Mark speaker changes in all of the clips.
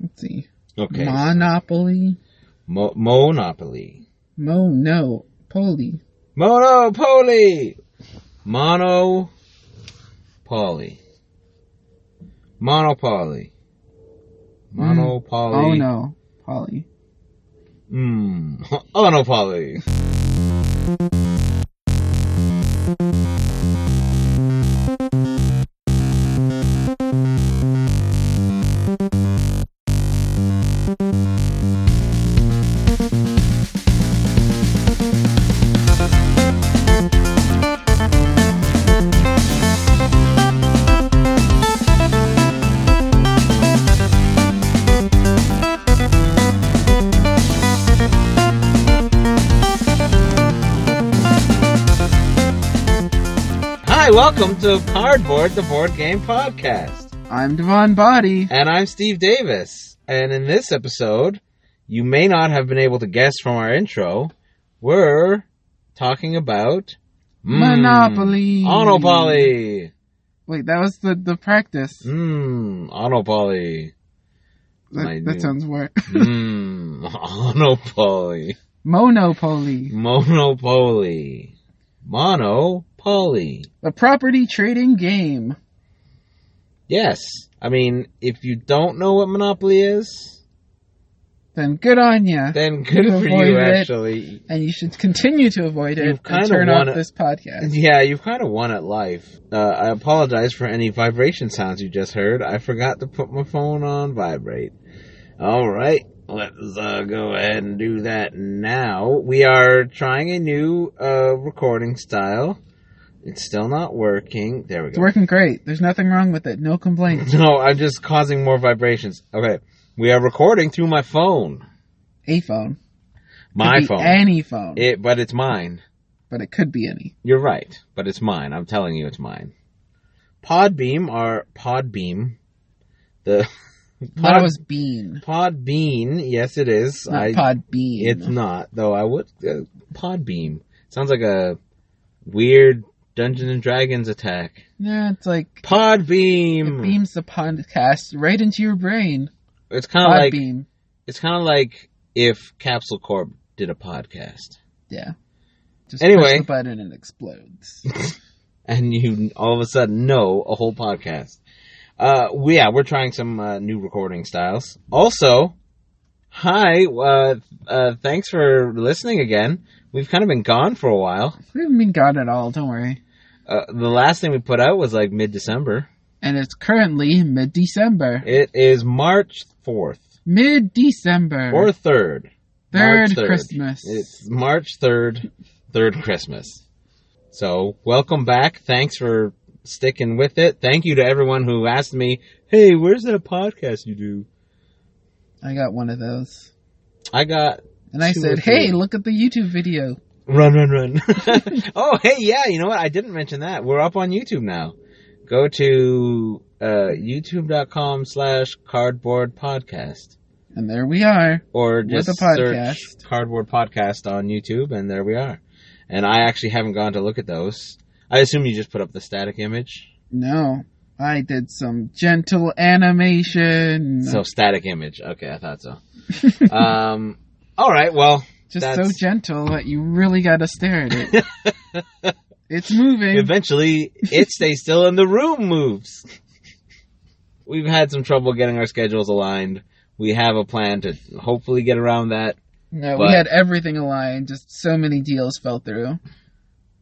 Speaker 1: Let's see.
Speaker 2: Okay.
Speaker 1: Monopoly.
Speaker 2: Mo- monopoly.
Speaker 1: Mo no. Poly.
Speaker 2: Monopoly. Mono. Poly. Monopoly. Monopoly.
Speaker 1: Oh no. Poly.
Speaker 2: Mm. Monopoly. Hi, welcome to Cardboard, the board game podcast.
Speaker 1: I'm Devon Body.
Speaker 2: And I'm Steve Davis. And in this episode, you may not have been able to guess from our intro, we're talking about mm,
Speaker 1: Monopoly.
Speaker 2: Monopoly.
Speaker 1: Wait, that was the the practice.
Speaker 2: Mmm, Monopoly. my
Speaker 1: That, that
Speaker 2: new-
Speaker 1: sounds weird.
Speaker 2: Mmm, Monopoly.
Speaker 1: Monopoly.
Speaker 2: Monopoly. Monopoly.
Speaker 1: The property trading game.
Speaker 2: Yes. I mean, if you don't know what Monopoly is,
Speaker 1: Then good on ya.
Speaker 2: then good
Speaker 1: You
Speaker 2: for
Speaker 1: avoided
Speaker 2: you,
Speaker 1: it.
Speaker 2: actually.
Speaker 1: and you should continue to avoid it
Speaker 2: You've
Speaker 1: and
Speaker 2: kinda
Speaker 1: turn off
Speaker 2: wanna-
Speaker 1: this podcast.
Speaker 2: Yeah, you've kind of won at life. Uh, I apologize for any vibration sounds you just heard. I forgot to put my phone on vibrate. All right, let's uh, go ahead and do that now. We are trying a new uh, recording style. It's still not working. There we
Speaker 1: It's
Speaker 2: go.
Speaker 1: working great. There's nothing wrong with it. No complaints.
Speaker 2: No, I'm just causing more vibrations. Okay, we are recording through my phone.
Speaker 1: A phone.
Speaker 2: My
Speaker 1: Could be
Speaker 2: phone.
Speaker 1: Any phone.
Speaker 2: it, but it's mine.
Speaker 1: but it could be any.
Speaker 2: You're right, but it's mine. I'm telling you, it's mine. Podbeam or Podbeam, the
Speaker 1: That
Speaker 2: Pod-
Speaker 1: was bean.
Speaker 2: Podbean. Yes, it is.
Speaker 1: Not
Speaker 2: I.
Speaker 1: pod bean.
Speaker 2: It's not though. I would uh, Podbeam sounds like a weird Dungeons and Dragons attack.
Speaker 1: Yeah, it's like it
Speaker 2: Podbeam.
Speaker 1: beams the podcast right into your brain.
Speaker 2: It's kind of
Speaker 1: Pod
Speaker 2: like
Speaker 1: beam.
Speaker 2: it's kind of like if Capsule Corp did a podcast
Speaker 1: Yeah. Just
Speaker 2: Anyway.
Speaker 1: push the button and it explodes.
Speaker 2: and you all of a sudden know a whole podcast. Uh, we, yeah, we're trying some uh, new recording styles. Also, hi, uh, uh, thanks for listening again. We've kind of been gone for a while.
Speaker 1: we haven't been gone at all. Don't worry.
Speaker 2: Uh, the last thing we put out was like mid December.
Speaker 1: And it's currently mid-December.
Speaker 2: It is March 4th
Speaker 1: Mid-December.
Speaker 2: or 3rd.
Speaker 1: third
Speaker 2: March 3rd.
Speaker 1: Christmas.
Speaker 2: It's March 3rd, 3rd Christmas. So, welcome back. Thanks for sticking with it. Thank you to everyone who asked me, hey, where's that podcast you do?
Speaker 1: I got one of those.
Speaker 2: I got
Speaker 1: And I
Speaker 2: Two or
Speaker 1: said,
Speaker 2: three.
Speaker 1: hey, look at the YouTube video.
Speaker 2: Run, run, run. oh, hey, yeah, you know what? I didn't mention that. We're up on YouTube now. Go to uh, youtube.com slash cardboard podcast.
Speaker 1: And there we are.
Speaker 2: Or
Speaker 1: With
Speaker 2: just
Speaker 1: a podcast.
Speaker 2: search cardboard podcast on YouTube, and there we are. And I actually haven't gone to look at those. I assume you just put up the static image.
Speaker 1: No, I did some gentle animation.
Speaker 2: So, static image. Okay, I thought so. um, all right, well,
Speaker 1: Just so
Speaker 2: that's-
Speaker 1: gentle that you really gotta stare at it. it's moving.
Speaker 2: Eventually, it stays still and the room moves. We've had some trouble getting our schedules aligned. We have a plan to hopefully get around that.
Speaker 1: no, we
Speaker 2: but-
Speaker 1: had everything aligned. Just so many deals fell through.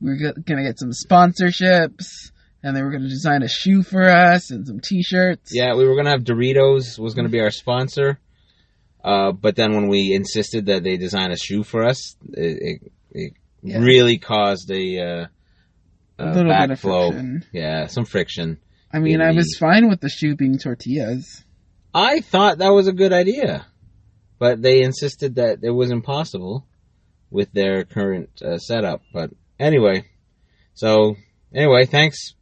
Speaker 1: We were go- gonna get some sponsorships, and they were gonna design a shoe for us and some T-shirts.
Speaker 2: Yeah, we were gonna have Doritos was gonna be our sponsor, uh, but then when we insisted that they design a shoe for us, it, it, it
Speaker 1: Yeah.
Speaker 2: really caused a, uh,
Speaker 1: a
Speaker 2: uh,
Speaker 1: little bit of
Speaker 2: backflow.
Speaker 1: friction.
Speaker 2: Yeah, some friction.
Speaker 1: I mean, I was fine with the shoe being tortillas.
Speaker 2: I thought that was a good idea, but they insisted that it was impossible with their current uh, setup. But anyway, so anyway, thanks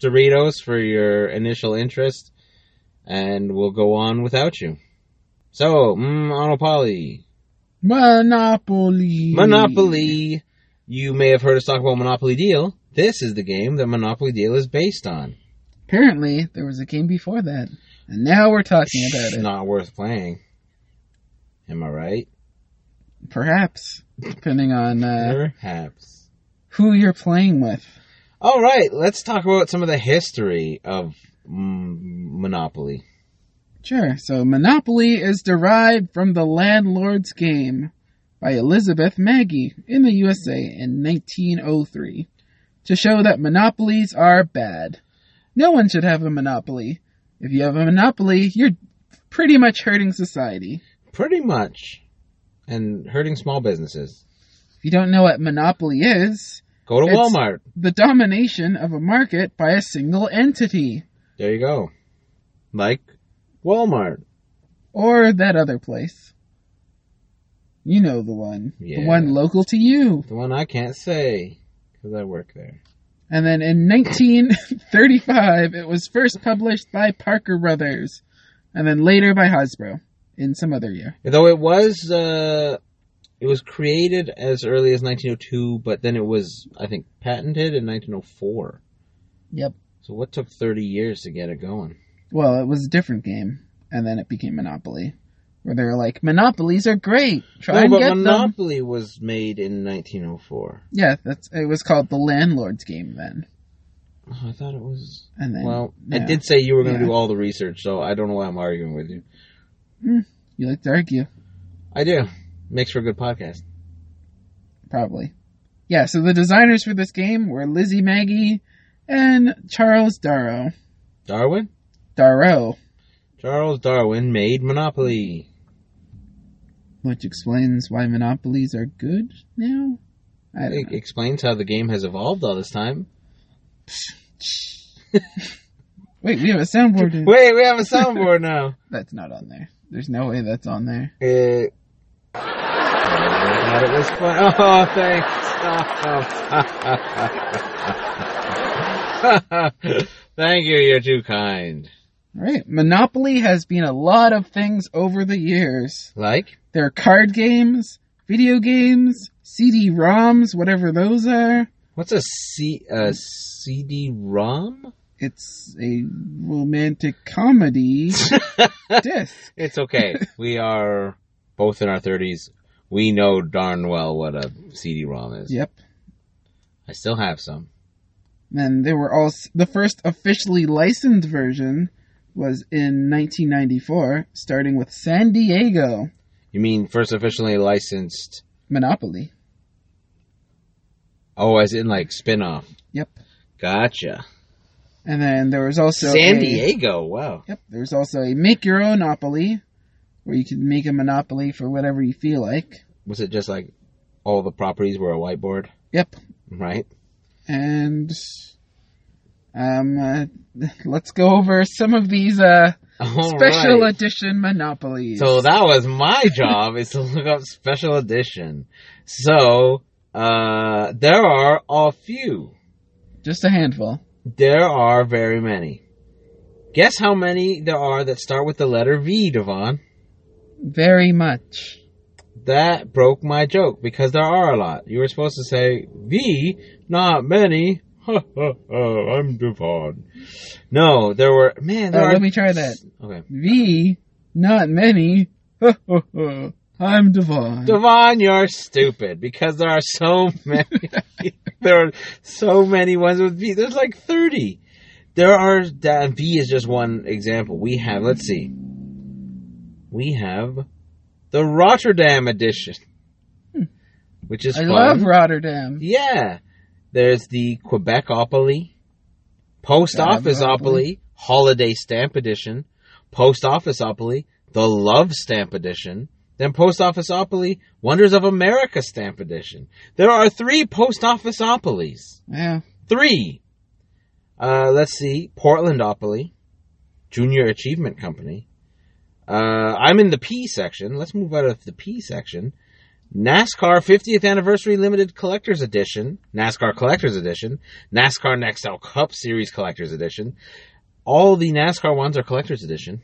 Speaker 2: Doritos for your initial interest, and we'll go on without you. So, mm, Monopoly,
Speaker 1: Monopoly.
Speaker 2: Monopoly. You may have heard us talk about Monopoly Deal. This is the game that Monopoly Deal is based on.
Speaker 1: Apparently, there was a game before that. And now we're talking about
Speaker 2: It's
Speaker 1: it.
Speaker 2: not worth playing. Am I right?
Speaker 1: Perhaps. Depending on uh,
Speaker 2: Perhaps.
Speaker 1: who you're playing with.
Speaker 2: All right, let's talk about some of the history of mm, Monopoly.
Speaker 1: Sure. So Monopoly is derived from the Landlord's Game by Elizabeth Maggie in the USA in 1903 to show that monopolies are bad. No one should have a monopoly. If you have a monopoly, you're pretty much hurting society.
Speaker 2: Pretty much. And hurting small businesses.
Speaker 1: If you don't know what monopoly is,
Speaker 2: Go to
Speaker 1: It's-
Speaker 2: Walmart.
Speaker 1: the domination of a market by a single entity
Speaker 2: There you go. Like Walmart.
Speaker 1: or that other place. You know the one.
Speaker 2: Yeah.
Speaker 1: The one local to you.
Speaker 2: The one I can't say because I work there.
Speaker 1: And then in 1935, it was first published by Parker Brothers, and then later by Hasbro in some other year.
Speaker 2: Though it was, uh, it was created as early as 1902, but then it was, I think, patented in 1904.
Speaker 1: Yep.
Speaker 2: So what took 30 years to get it going?
Speaker 1: Well, it was a different game, and then it became Monopoly, where they're like, monopolies are great. Try
Speaker 2: no,
Speaker 1: and
Speaker 2: but
Speaker 1: get them.
Speaker 2: Monopoly was made in 1904.
Speaker 1: Yeah, that's it was called the landlord's game then,
Speaker 2: Oh, I thought it was.
Speaker 1: and then
Speaker 2: Well, I
Speaker 1: yeah.
Speaker 2: did say you were going to
Speaker 1: Yeah.
Speaker 2: do all the research, so I don't know why I'm arguing with you.
Speaker 1: you like to argue.
Speaker 2: I do. Makes for a good podcast.
Speaker 1: probably. Yeah, so the designers for this game were Lizzie Maggie and Charles Darrow.
Speaker 2: Darwin?
Speaker 1: Darrow,
Speaker 2: Charles Darwin made Monopoly.
Speaker 1: which explains why monopolies are good now. I don't
Speaker 2: It
Speaker 1: know.
Speaker 2: explains how the game has evolved all this time.
Speaker 1: Wait, we have a soundboard. in-
Speaker 2: Wait, we have a soundboard now.
Speaker 1: That's not on there. There's no way that's on there.
Speaker 2: Uh, I thought it was fun. Oh, Oh, thanks. Thank you. You're too kind.
Speaker 1: All right, Monopoly has been a lot of things over the years.
Speaker 2: Like?
Speaker 1: There are card games, video games, CD-ROMs, whatever those are.
Speaker 2: What's a C a CD-ROM?
Speaker 1: It's a romantic comedy disc.
Speaker 2: it's okay. We are both in our thirties. We know darn well what a CD-ROM is.
Speaker 1: Yep.
Speaker 2: I still have some.
Speaker 1: And they were all the first officially licensed version was in 1994, starting with San Diego
Speaker 2: You mean first officially licensed?
Speaker 1: Monopoly.
Speaker 2: Oh, as in like spin-off.
Speaker 1: Yep.
Speaker 2: Gotcha.
Speaker 1: And then there was also
Speaker 2: San
Speaker 1: a-
Speaker 2: Diego. Wow.
Speaker 1: Yep. There was also a make your own monopoly, where you could make a monopoly for whatever you feel like.
Speaker 2: Was it just like all the properties were a whiteboard?
Speaker 1: Yep.
Speaker 2: Right.
Speaker 1: And um, uh, let's go over some of these uh,
Speaker 2: All
Speaker 1: special
Speaker 2: right.
Speaker 1: edition monopolies.
Speaker 2: So that was my job is to look up special edition. So uh, there are a few.
Speaker 1: just a handful.
Speaker 2: There are very many. Guess how many there are that start with the letter V, Devon?
Speaker 1: Very much.
Speaker 2: That broke my joke because there are a lot. You were supposed to say V, not many. Ha ha ha! I'm Devon. No, there were. Man, there
Speaker 1: Oh,
Speaker 2: are.
Speaker 1: let me try that.
Speaker 2: Okay,
Speaker 1: V, not many. I'm Devon.
Speaker 2: Devon, you're stupid because there are so many. there are so many ones with V. There's like thirty. There are. That V is just one example. We have. Let's see. We have the Rotterdam edition, which is
Speaker 1: Hmm. I
Speaker 2: fun.
Speaker 1: love Rotterdam.
Speaker 2: Yeah. There's the Quebecopoly, Post
Speaker 1: God,
Speaker 2: Officeopoly,
Speaker 1: Monopoly.
Speaker 2: Holiday Stamp Edition, Post Officeopoly, the Love Stamp Edition, then Post Officeopoly, Wonders of America Stamp Edition. There are three Post Officeopolies.
Speaker 1: Yeah.
Speaker 2: Three. Uh, let's see. Portlandopoly, Junior Achievement Company. Uh, I'm in the P section. Let's move out of the P section. NASCAR 50th Anniversary Limited Collector's Edition, NASCAR Collector's Edition, NASCAR Nextel Cup Series Collector's Edition. All the NASCAR ones are Collector's Edition.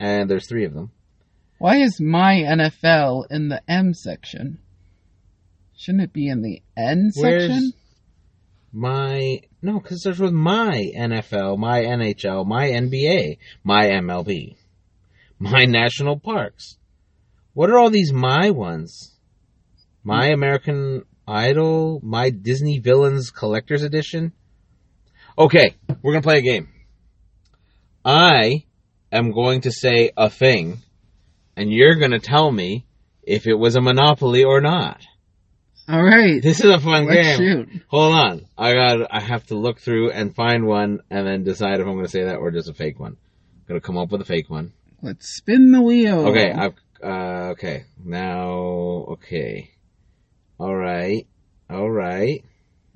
Speaker 2: And there's three of them.
Speaker 1: Why is my NFL in the M section? Shouldn't it be in the N
Speaker 2: Where's
Speaker 1: section?
Speaker 2: my No, because there's with my NFL, my NHL, my NBA, my MLB, my national parks. What are all these my ones? My American Idol, my Disney Villains Collector's Edition. Okay, we're gonna play a game. I am going to say a thing, and you're gonna tell me if it was a monopoly or not.
Speaker 1: All right.
Speaker 2: This is a fun
Speaker 1: Let's
Speaker 2: game.
Speaker 1: shoot.
Speaker 2: Hold on. I got I have to look through and find one and then decide if I'm going to say that or just a fake one. I'm going to come up with a fake one.
Speaker 1: Let's spin the wheel.
Speaker 2: Okay, I've uh okay. Now okay. All right. All right.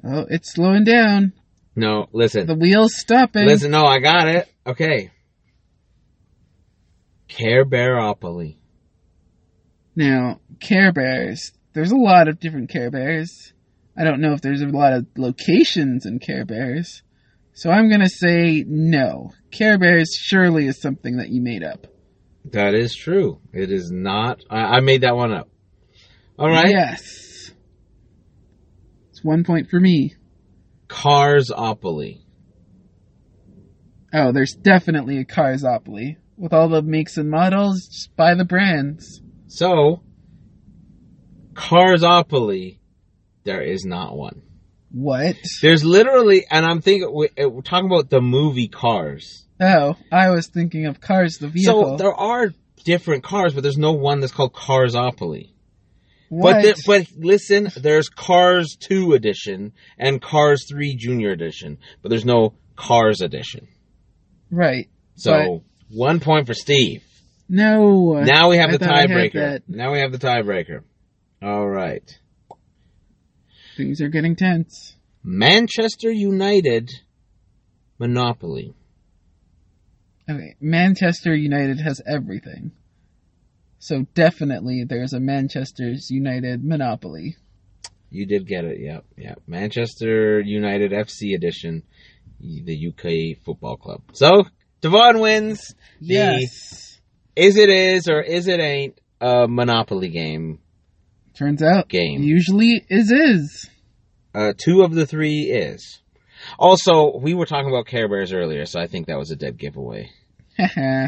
Speaker 1: oh, it's slowing down.
Speaker 2: No, listen.
Speaker 1: The wheel's stopping.
Speaker 2: Listen, no, I got it. Okay. Care Bearopoly.
Speaker 1: Now, Care Bears. There's a lot of different Care Bears. I don't know if there's a lot of locations in Care Bears. So I'm going to say no. Care Bears surely is something that you made up.
Speaker 2: That is true. It is not I, I made that one up. All right.
Speaker 1: Yes. It's one point for me.
Speaker 2: Carsopoly.
Speaker 1: Oh, there's definitely a Carsopoly. With all the makes and models, just buy the brands.
Speaker 2: So, Carsopoly, there is not one.
Speaker 1: What?
Speaker 2: There's literally, and I'm thinking, we- uh, we're talking about the movie Cars.
Speaker 1: Oh, I was thinking of cars, the vehicle.
Speaker 2: So there are different cars, but there's no one that's called Carsopoly.
Speaker 1: what?
Speaker 2: But the, but listen, there's Cars 2 edition and Cars 3 Junior edition, but there's no Cars edition.
Speaker 1: right.
Speaker 2: So one point for Steve.
Speaker 1: No.
Speaker 2: Now we have
Speaker 1: I
Speaker 2: the
Speaker 1: thought I had
Speaker 2: tiebreaker.
Speaker 1: that.
Speaker 2: Now we have the tiebreaker. All right.
Speaker 1: Things are getting tense.
Speaker 2: Manchester United Monopoly.
Speaker 1: Okay, Manchester United has everything. So definitely there's a Manchester's United monopoly.
Speaker 2: You did get it. Yep. Yep. Manchester United FC edition, the UK football club. So, Devon wins.
Speaker 1: Yes.
Speaker 2: Is it is or is it ain't a Monopoly game?
Speaker 1: Turns out
Speaker 2: Game.
Speaker 1: usually is is.
Speaker 2: Uh, two of the three is. Also, we were talking about Care Bears earlier, so I think that was a dead giveaway.
Speaker 1: Haha.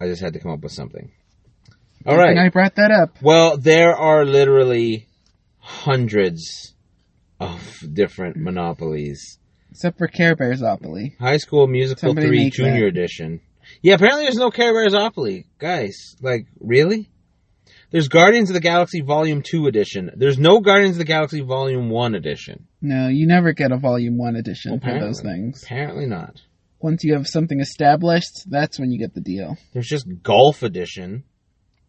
Speaker 2: I just had to come up with something. All
Speaker 1: And
Speaker 2: right.
Speaker 1: I brought that up.
Speaker 2: Well, there are literally hundreds of different monopolies.
Speaker 1: Except for Care Bearsopoly.
Speaker 2: High School Musical
Speaker 1: Somebody
Speaker 2: 3
Speaker 1: make
Speaker 2: Junior
Speaker 1: that.
Speaker 2: Edition. Yeah, apparently there's no Care Bearsopoly. Guys, like, really? There's Guardians of the Galaxy Volume 2 Edition. There's no Guardians of the Galaxy Volume 1 Edition.
Speaker 1: No, you never get a volume one edition for
Speaker 2: Apparently.
Speaker 1: those things.
Speaker 2: Apparently not.
Speaker 1: Once you have something established, that's when you get the deal.
Speaker 2: There's just Golf Edition.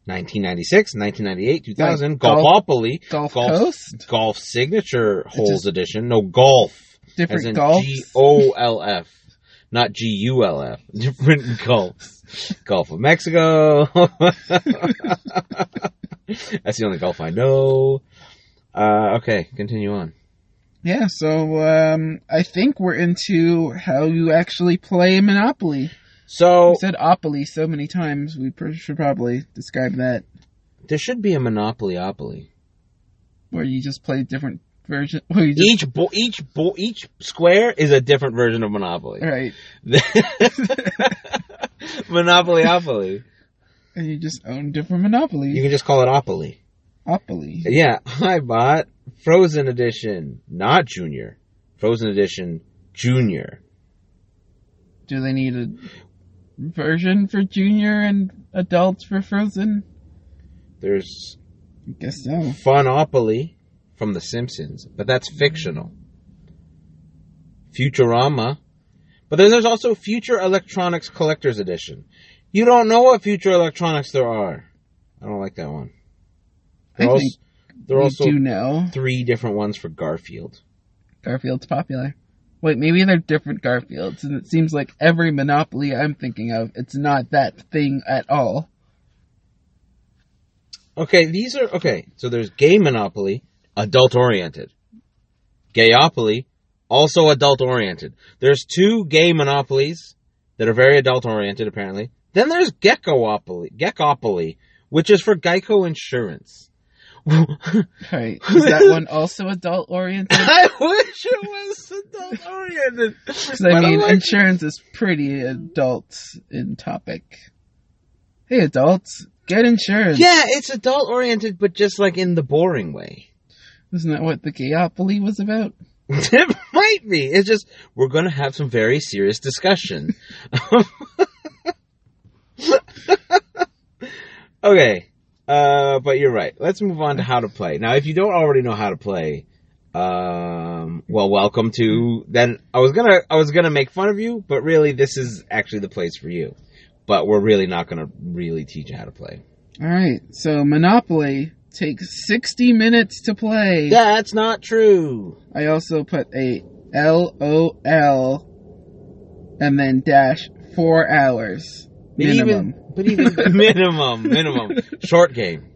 Speaker 2: 1996, 1998, 2000.
Speaker 1: Like golf-
Speaker 2: Golfopoly.
Speaker 1: Golf,
Speaker 2: Golf-
Speaker 1: Coast?
Speaker 2: Golf Signature Holes
Speaker 1: just-
Speaker 2: Edition. No, Golf. As
Speaker 1: Different
Speaker 2: in
Speaker 1: golf.
Speaker 2: G O L F, not G U L F. Different gulfs. Gulf of Mexico. That's the only Gulf I know. Uh, okay, continue on.
Speaker 1: Yeah, so um, I think we're into how you actually play Monopoly.
Speaker 2: So
Speaker 1: We said opoly so many times, we pr- should probably describe that,
Speaker 2: there should be a monopoliopoly.
Speaker 1: where you just play different version. Where you just,
Speaker 2: Each bo- each bo- each square is a different version of monopoly.
Speaker 1: right,
Speaker 2: monopoliopoly.
Speaker 1: and you just own different Monopolies.
Speaker 2: You can just call it opoly.
Speaker 1: opoly.
Speaker 2: Yeah, I bought Frozen Edition, not Junior. Frozen Edition Junior.
Speaker 1: Do they need a version for junior and adults for Frozen?
Speaker 2: There's
Speaker 1: I guess so.
Speaker 2: Funopoly from The Simpsons, but that's fictional. Futurama. But then there's also Future Electronics Collector's Edition. You don't know what future electronics there are. I don't like that one. There
Speaker 1: I
Speaker 2: are also,
Speaker 1: think
Speaker 2: there are
Speaker 1: we
Speaker 2: also
Speaker 1: do know
Speaker 2: three different ones for Garfield.
Speaker 1: Garfield's popular. Wait, maybe they're different Garfields, and it seems like every Monopoly I'm thinking of, it's not that thing at all.
Speaker 2: Okay, these are okay. So there's gay monopoly, adult oriented. Gayopoly, also adult oriented. There's two gay monopolies that are very adult oriented apparently. Then there's geckopoly, geckopoly, which is for Geico insurance.
Speaker 1: Right. Is that one also adult oriented?
Speaker 2: I wish it was adult oriented.
Speaker 1: Because I mean, insurance is pretty adult in topic. Hey, adults, get insurance.
Speaker 2: yeah, it's adult oriented, but just like in the boring way.
Speaker 1: Isn't that what the gayopoly was about?
Speaker 2: It might be. It's just we're going to have some very serious discussion. okay, uh, but you're right. Let's move on to how to play. Now, if you don't already know how to play, um, well, welcome to. Then I was gonna I was gonna make fun of you, but really, this is actually the place for you. But we're really not gonna really teach you how to play.
Speaker 1: All right. So Monopoly takes 60 minutes to play.
Speaker 2: That's not true.
Speaker 1: I also put a L O L and then dash four hours
Speaker 2: But
Speaker 1: minimum.
Speaker 2: Even, but even minimum, minimum short game.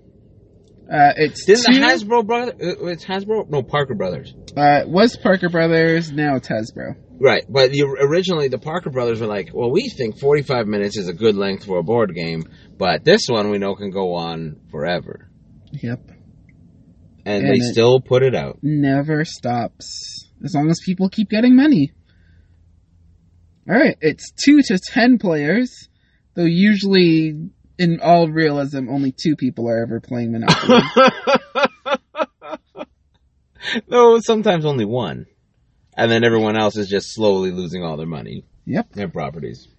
Speaker 1: uh, it's
Speaker 2: Didn't the
Speaker 1: two-
Speaker 2: Hasbro brother? uh, It's Hasbro? No, Parker Brothers.
Speaker 1: uh, it was Parker Brothers. Now it's Hasbro.
Speaker 2: Right, but the, originally the Parker Brothers were like, well, we think 45 minutes is a good length for a board game, but this one we know can go on forever,
Speaker 1: Yep. And
Speaker 2: and, they
Speaker 1: it-
Speaker 2: still put it out.
Speaker 1: never stops as long as people keep getting money. All right, it's two to ten players, though usually in all realism only two people are ever playing Monopoly.
Speaker 2: no, sometimes only one, and then everyone else is just slowly losing all their money
Speaker 1: yep.
Speaker 2: and properties.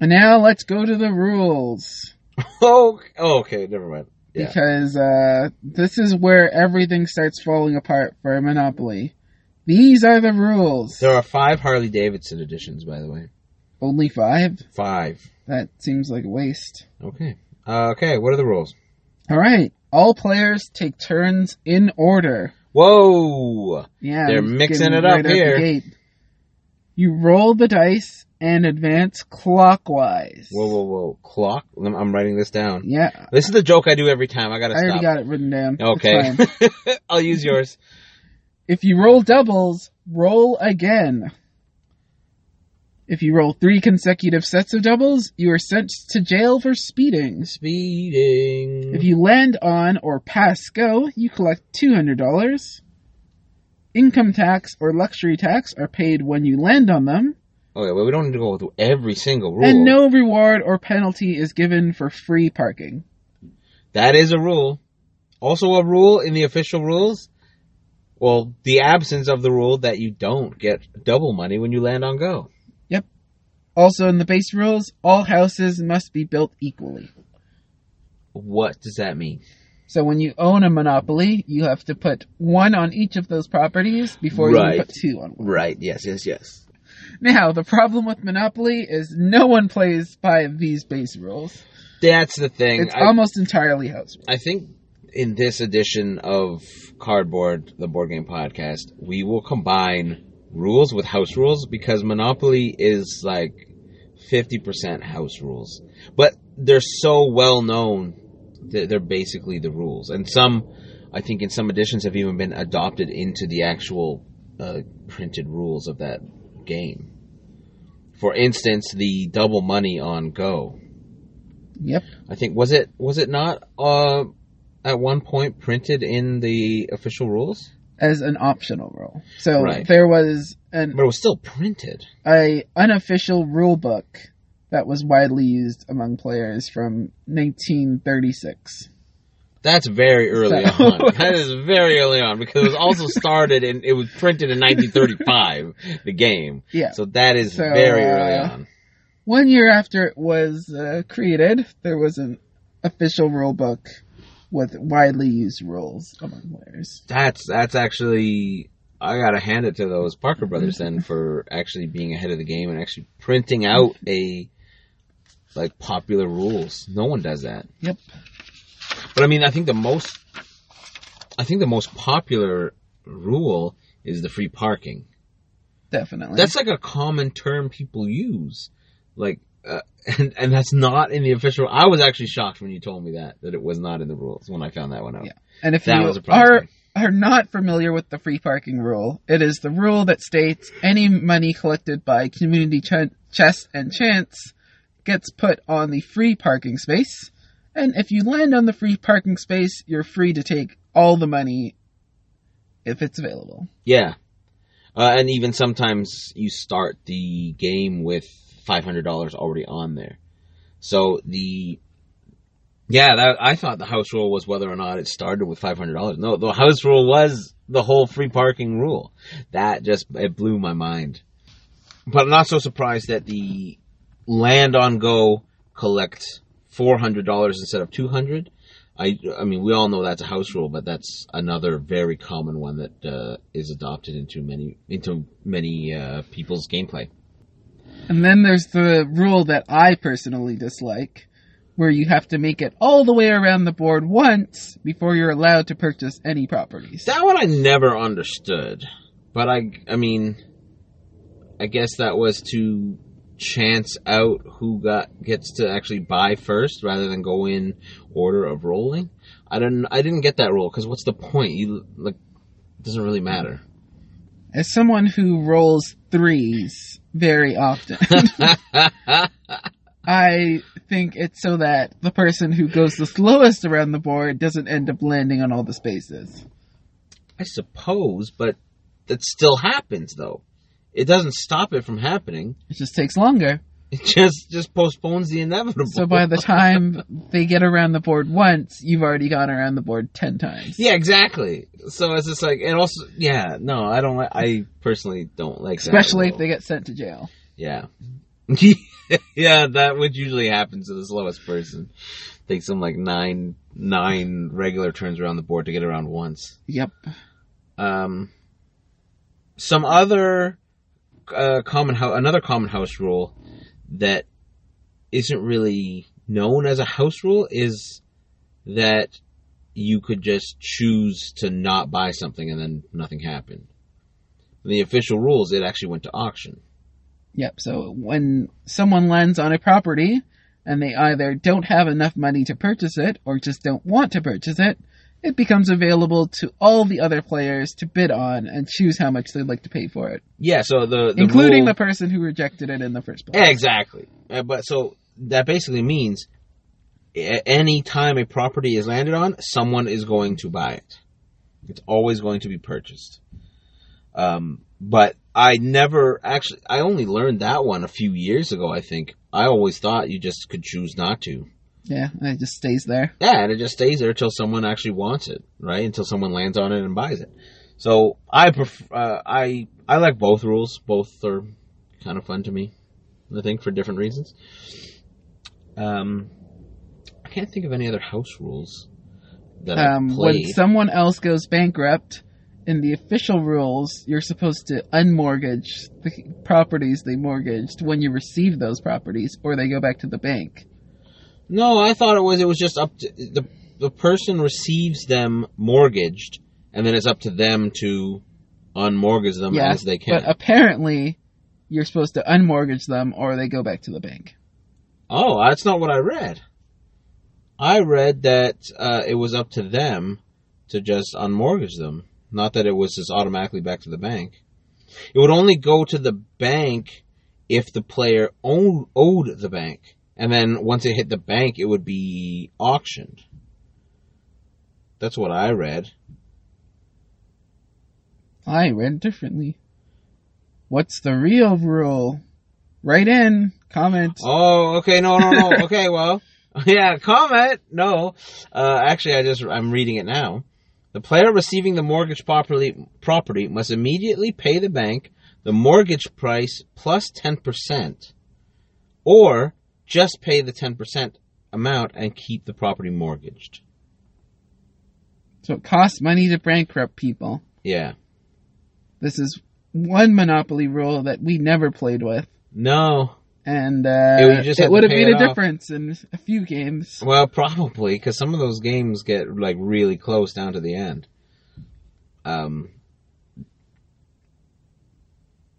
Speaker 1: And now let's go to the rules
Speaker 2: Oh, oh, okay, never mind. Yeah.
Speaker 1: because uh, this is where everything starts falling apart for Monopoly. These are the rules.
Speaker 2: There are five Harley Davidson editions, by the way.
Speaker 1: Only five.
Speaker 2: Five.
Speaker 1: That seems like a waste.
Speaker 2: Okay. Uh, okay. What are the rules?
Speaker 1: All right. All players take turns in order.
Speaker 2: Whoa!
Speaker 1: Yeah.
Speaker 2: They're
Speaker 1: I'm just
Speaker 2: mixing
Speaker 1: getting
Speaker 2: it up
Speaker 1: out the
Speaker 2: here.
Speaker 1: gate. You roll the dice and advance clockwise.
Speaker 2: Whoa, whoa, whoa! Clock. Lem- I'm writing this down.
Speaker 1: Yeah.
Speaker 2: This is the joke I do every time. I gotta
Speaker 1: I already
Speaker 2: stop.
Speaker 1: got it written down. It's fine.
Speaker 2: okay. I'll use yours.
Speaker 1: If you roll doubles, roll again. If you roll three consecutive sets of doubles, you are sent to jail for speeding.
Speaker 2: Speeding.
Speaker 1: If you land on or pass go, you collect $200. Income tax or luxury tax are paid when you land on them,
Speaker 2: okay, well, we don't need to go through every single rule.
Speaker 1: and no reward or penalty is given for free parking.
Speaker 2: that is a rule. Also, a rule in the official rules. Well, the absence of the rule that you don't get double money when you land on go.
Speaker 1: Also, in the base rules, all houses must be built equally.
Speaker 2: What does that mean?
Speaker 1: So when you own a monopoly, you have to put one on each of those properties before
Speaker 2: Right.
Speaker 1: you put two on one.
Speaker 2: Right. Yes. Yes. Yes.
Speaker 1: Now, the problem with monopoly is no one plays by these base rules.
Speaker 2: That's the thing.
Speaker 1: It's
Speaker 2: I-
Speaker 1: almost entirely house rules.
Speaker 2: I think in this edition of Cardboard, the board game podcast, we will combine rules with house rules because Monopoly is like 50% house rules. But they're so well known, that they're basically the rules. And some, I think in some editions, have even been adopted into the actual uh, printed rules of that game. For instance, the double money on Go.
Speaker 1: Yep.
Speaker 2: I think was it was it not uh at one point printed in the official rules?
Speaker 1: as an optional rule. So
Speaker 2: Right.
Speaker 1: there was an
Speaker 2: But it was still printed.
Speaker 1: a unofficial rule book that was widely used among players from 1936.
Speaker 2: That's very early
Speaker 1: So-
Speaker 2: on. That is very early on because it was also started and it was printed in 1935, the game.
Speaker 1: Yeah.
Speaker 2: So that is
Speaker 1: So,
Speaker 2: very
Speaker 1: uh,
Speaker 2: early on.
Speaker 1: One year after it was uh, created, there was an official rule book with widely used rules among players.
Speaker 2: That's that's actually I gotta hand it to those Parker brothers then for actually being ahead of the game and actually printing out a like popular rules. No one does that.
Speaker 1: Yep.
Speaker 2: But I mean, I think the most, I think the most popular rule is the free parking.
Speaker 1: Definitely.
Speaker 2: That's like a common term people use, like, uh, and and that's not in the official. I was actually shocked when you told me that that it was not in the rules when I found that one out.
Speaker 1: Yeah. and if
Speaker 2: That
Speaker 1: you
Speaker 2: was a
Speaker 1: are
Speaker 2: problem.
Speaker 1: are not familiar with the free parking rule, it is the rule that states any money collected by community ch- chess and chance gets put on the free parking space, and if you land on the free parking space, you're free to take all the money if it's available.
Speaker 2: Yeah. Uh, and even sometimes you start the game with $500 already on there. So the. Yeah, that, I thought the house rule was whether or not it started with $500. No, the house rule was the whole free parking rule. That just, it blew my mind. But I'm not so surprised that the land on go collect $400 instead of 200 I, I mean, we all know that's a house rule, but that's another very common one that uh, is adopted into many into many uh, people's gameplay.
Speaker 1: And then there's the rule that I personally dislike, where you have to make it all the way around the board once before you're allowed to purchase any properties.
Speaker 2: That one I never understood, but I, I mean, I guess that was to chance out who got gets to actually buy first rather than go in order of rolling. I didn't I didn't get that rule because what's the point? You like it doesn't really matter.
Speaker 1: As someone who rolls threes very often, I think it's so that the person who goes the slowest around the board doesn't end up landing on all the spaces.
Speaker 2: I suppose, but that still happens though. It doesn't stop it from happening.
Speaker 1: It just takes longer.
Speaker 2: It just just postpones the inevitable.
Speaker 1: So by the time they get around the board once, you've already gone around the board ten times.
Speaker 2: yeah, exactly. So it's just like and also yeah, no, I don't like I personally don't like that
Speaker 1: Especially if
Speaker 2: rule.
Speaker 1: they get sent to jail.
Speaker 2: Yeah. yeah, that would usually happen to the slowest person. Takes them like nine nine regular turns around the board to get around once.
Speaker 1: Yep.
Speaker 2: Um, some other uh, common house, another common house rule that isn't really known as a house rule is that you could just choose to not buy something and then nothing happened. In the official rules, it actually went to auction.
Speaker 1: Yep. So when someone lands on a property and they either don't have enough money to purchase it or just don't want to purchase it, it becomes available to all the other players to bid on and choose how much they'd like to pay for it,
Speaker 2: Yeah, so the, the
Speaker 1: including
Speaker 2: rule-
Speaker 1: the person who rejected it in the first place.
Speaker 2: Exactly. Uh, but so that basically means a- any time a property is landed on, someone is going to buy it. It's always going to be purchased. Um, but I never actually, I only learned that one a few years ago, I think. I always thought you just could choose not to.
Speaker 1: Yeah, and it just stays there.
Speaker 2: Yeah, and it just stays there until someone actually wants it, right? Until someone lands on it and buys it. So I pref- uh, I I like both rules. Both are kind of fun to me. I think for different reasons. Um, I can't think of any other house rules that I
Speaker 1: Um, when
Speaker 2: played.
Speaker 1: someone else goes bankrupt, in the official rules, you're supposed to unmortgage the properties they mortgaged when you receive those properties, or they go back to the bank.
Speaker 2: no, I thought it was it was just up to the the person receives them mortgaged, and then it's up to them to unmortgage them
Speaker 1: Yeah,
Speaker 2: as they can.
Speaker 1: But apparently, you're supposed to unmortgage them, or they go back to the bank.
Speaker 2: Oh, that's not what I read. I read that uh, it was up to them to just unmortgage them, not that it was just automatically back to the bank. It would only go to the bank if the player own, owed the bank, and then once it hit the bank, it would be auctioned. That's what I read.
Speaker 1: I read differently. What's the real rule? Write in, comment.
Speaker 2: Oh, okay, no, no, no. okay, well, yeah, comment. No, uh, actually, I just I'm reading it now. The player receiving the mortgage property property must immediately pay the bank the mortgage price plus ten percent, or just pay the ten percent amount and keep the property mortgaged.
Speaker 1: So it costs money to bankrupt people.
Speaker 2: Yeah.
Speaker 1: This is one Monopoly rule that we never played with,
Speaker 2: No.
Speaker 1: and
Speaker 2: Yeah,
Speaker 1: uh,
Speaker 2: you just had
Speaker 1: it
Speaker 2: to
Speaker 1: would have
Speaker 2: pay
Speaker 1: made
Speaker 2: it
Speaker 1: a
Speaker 2: off.
Speaker 1: difference in a few games.
Speaker 2: Well, probably because some of those games get like really close down to the end. Um.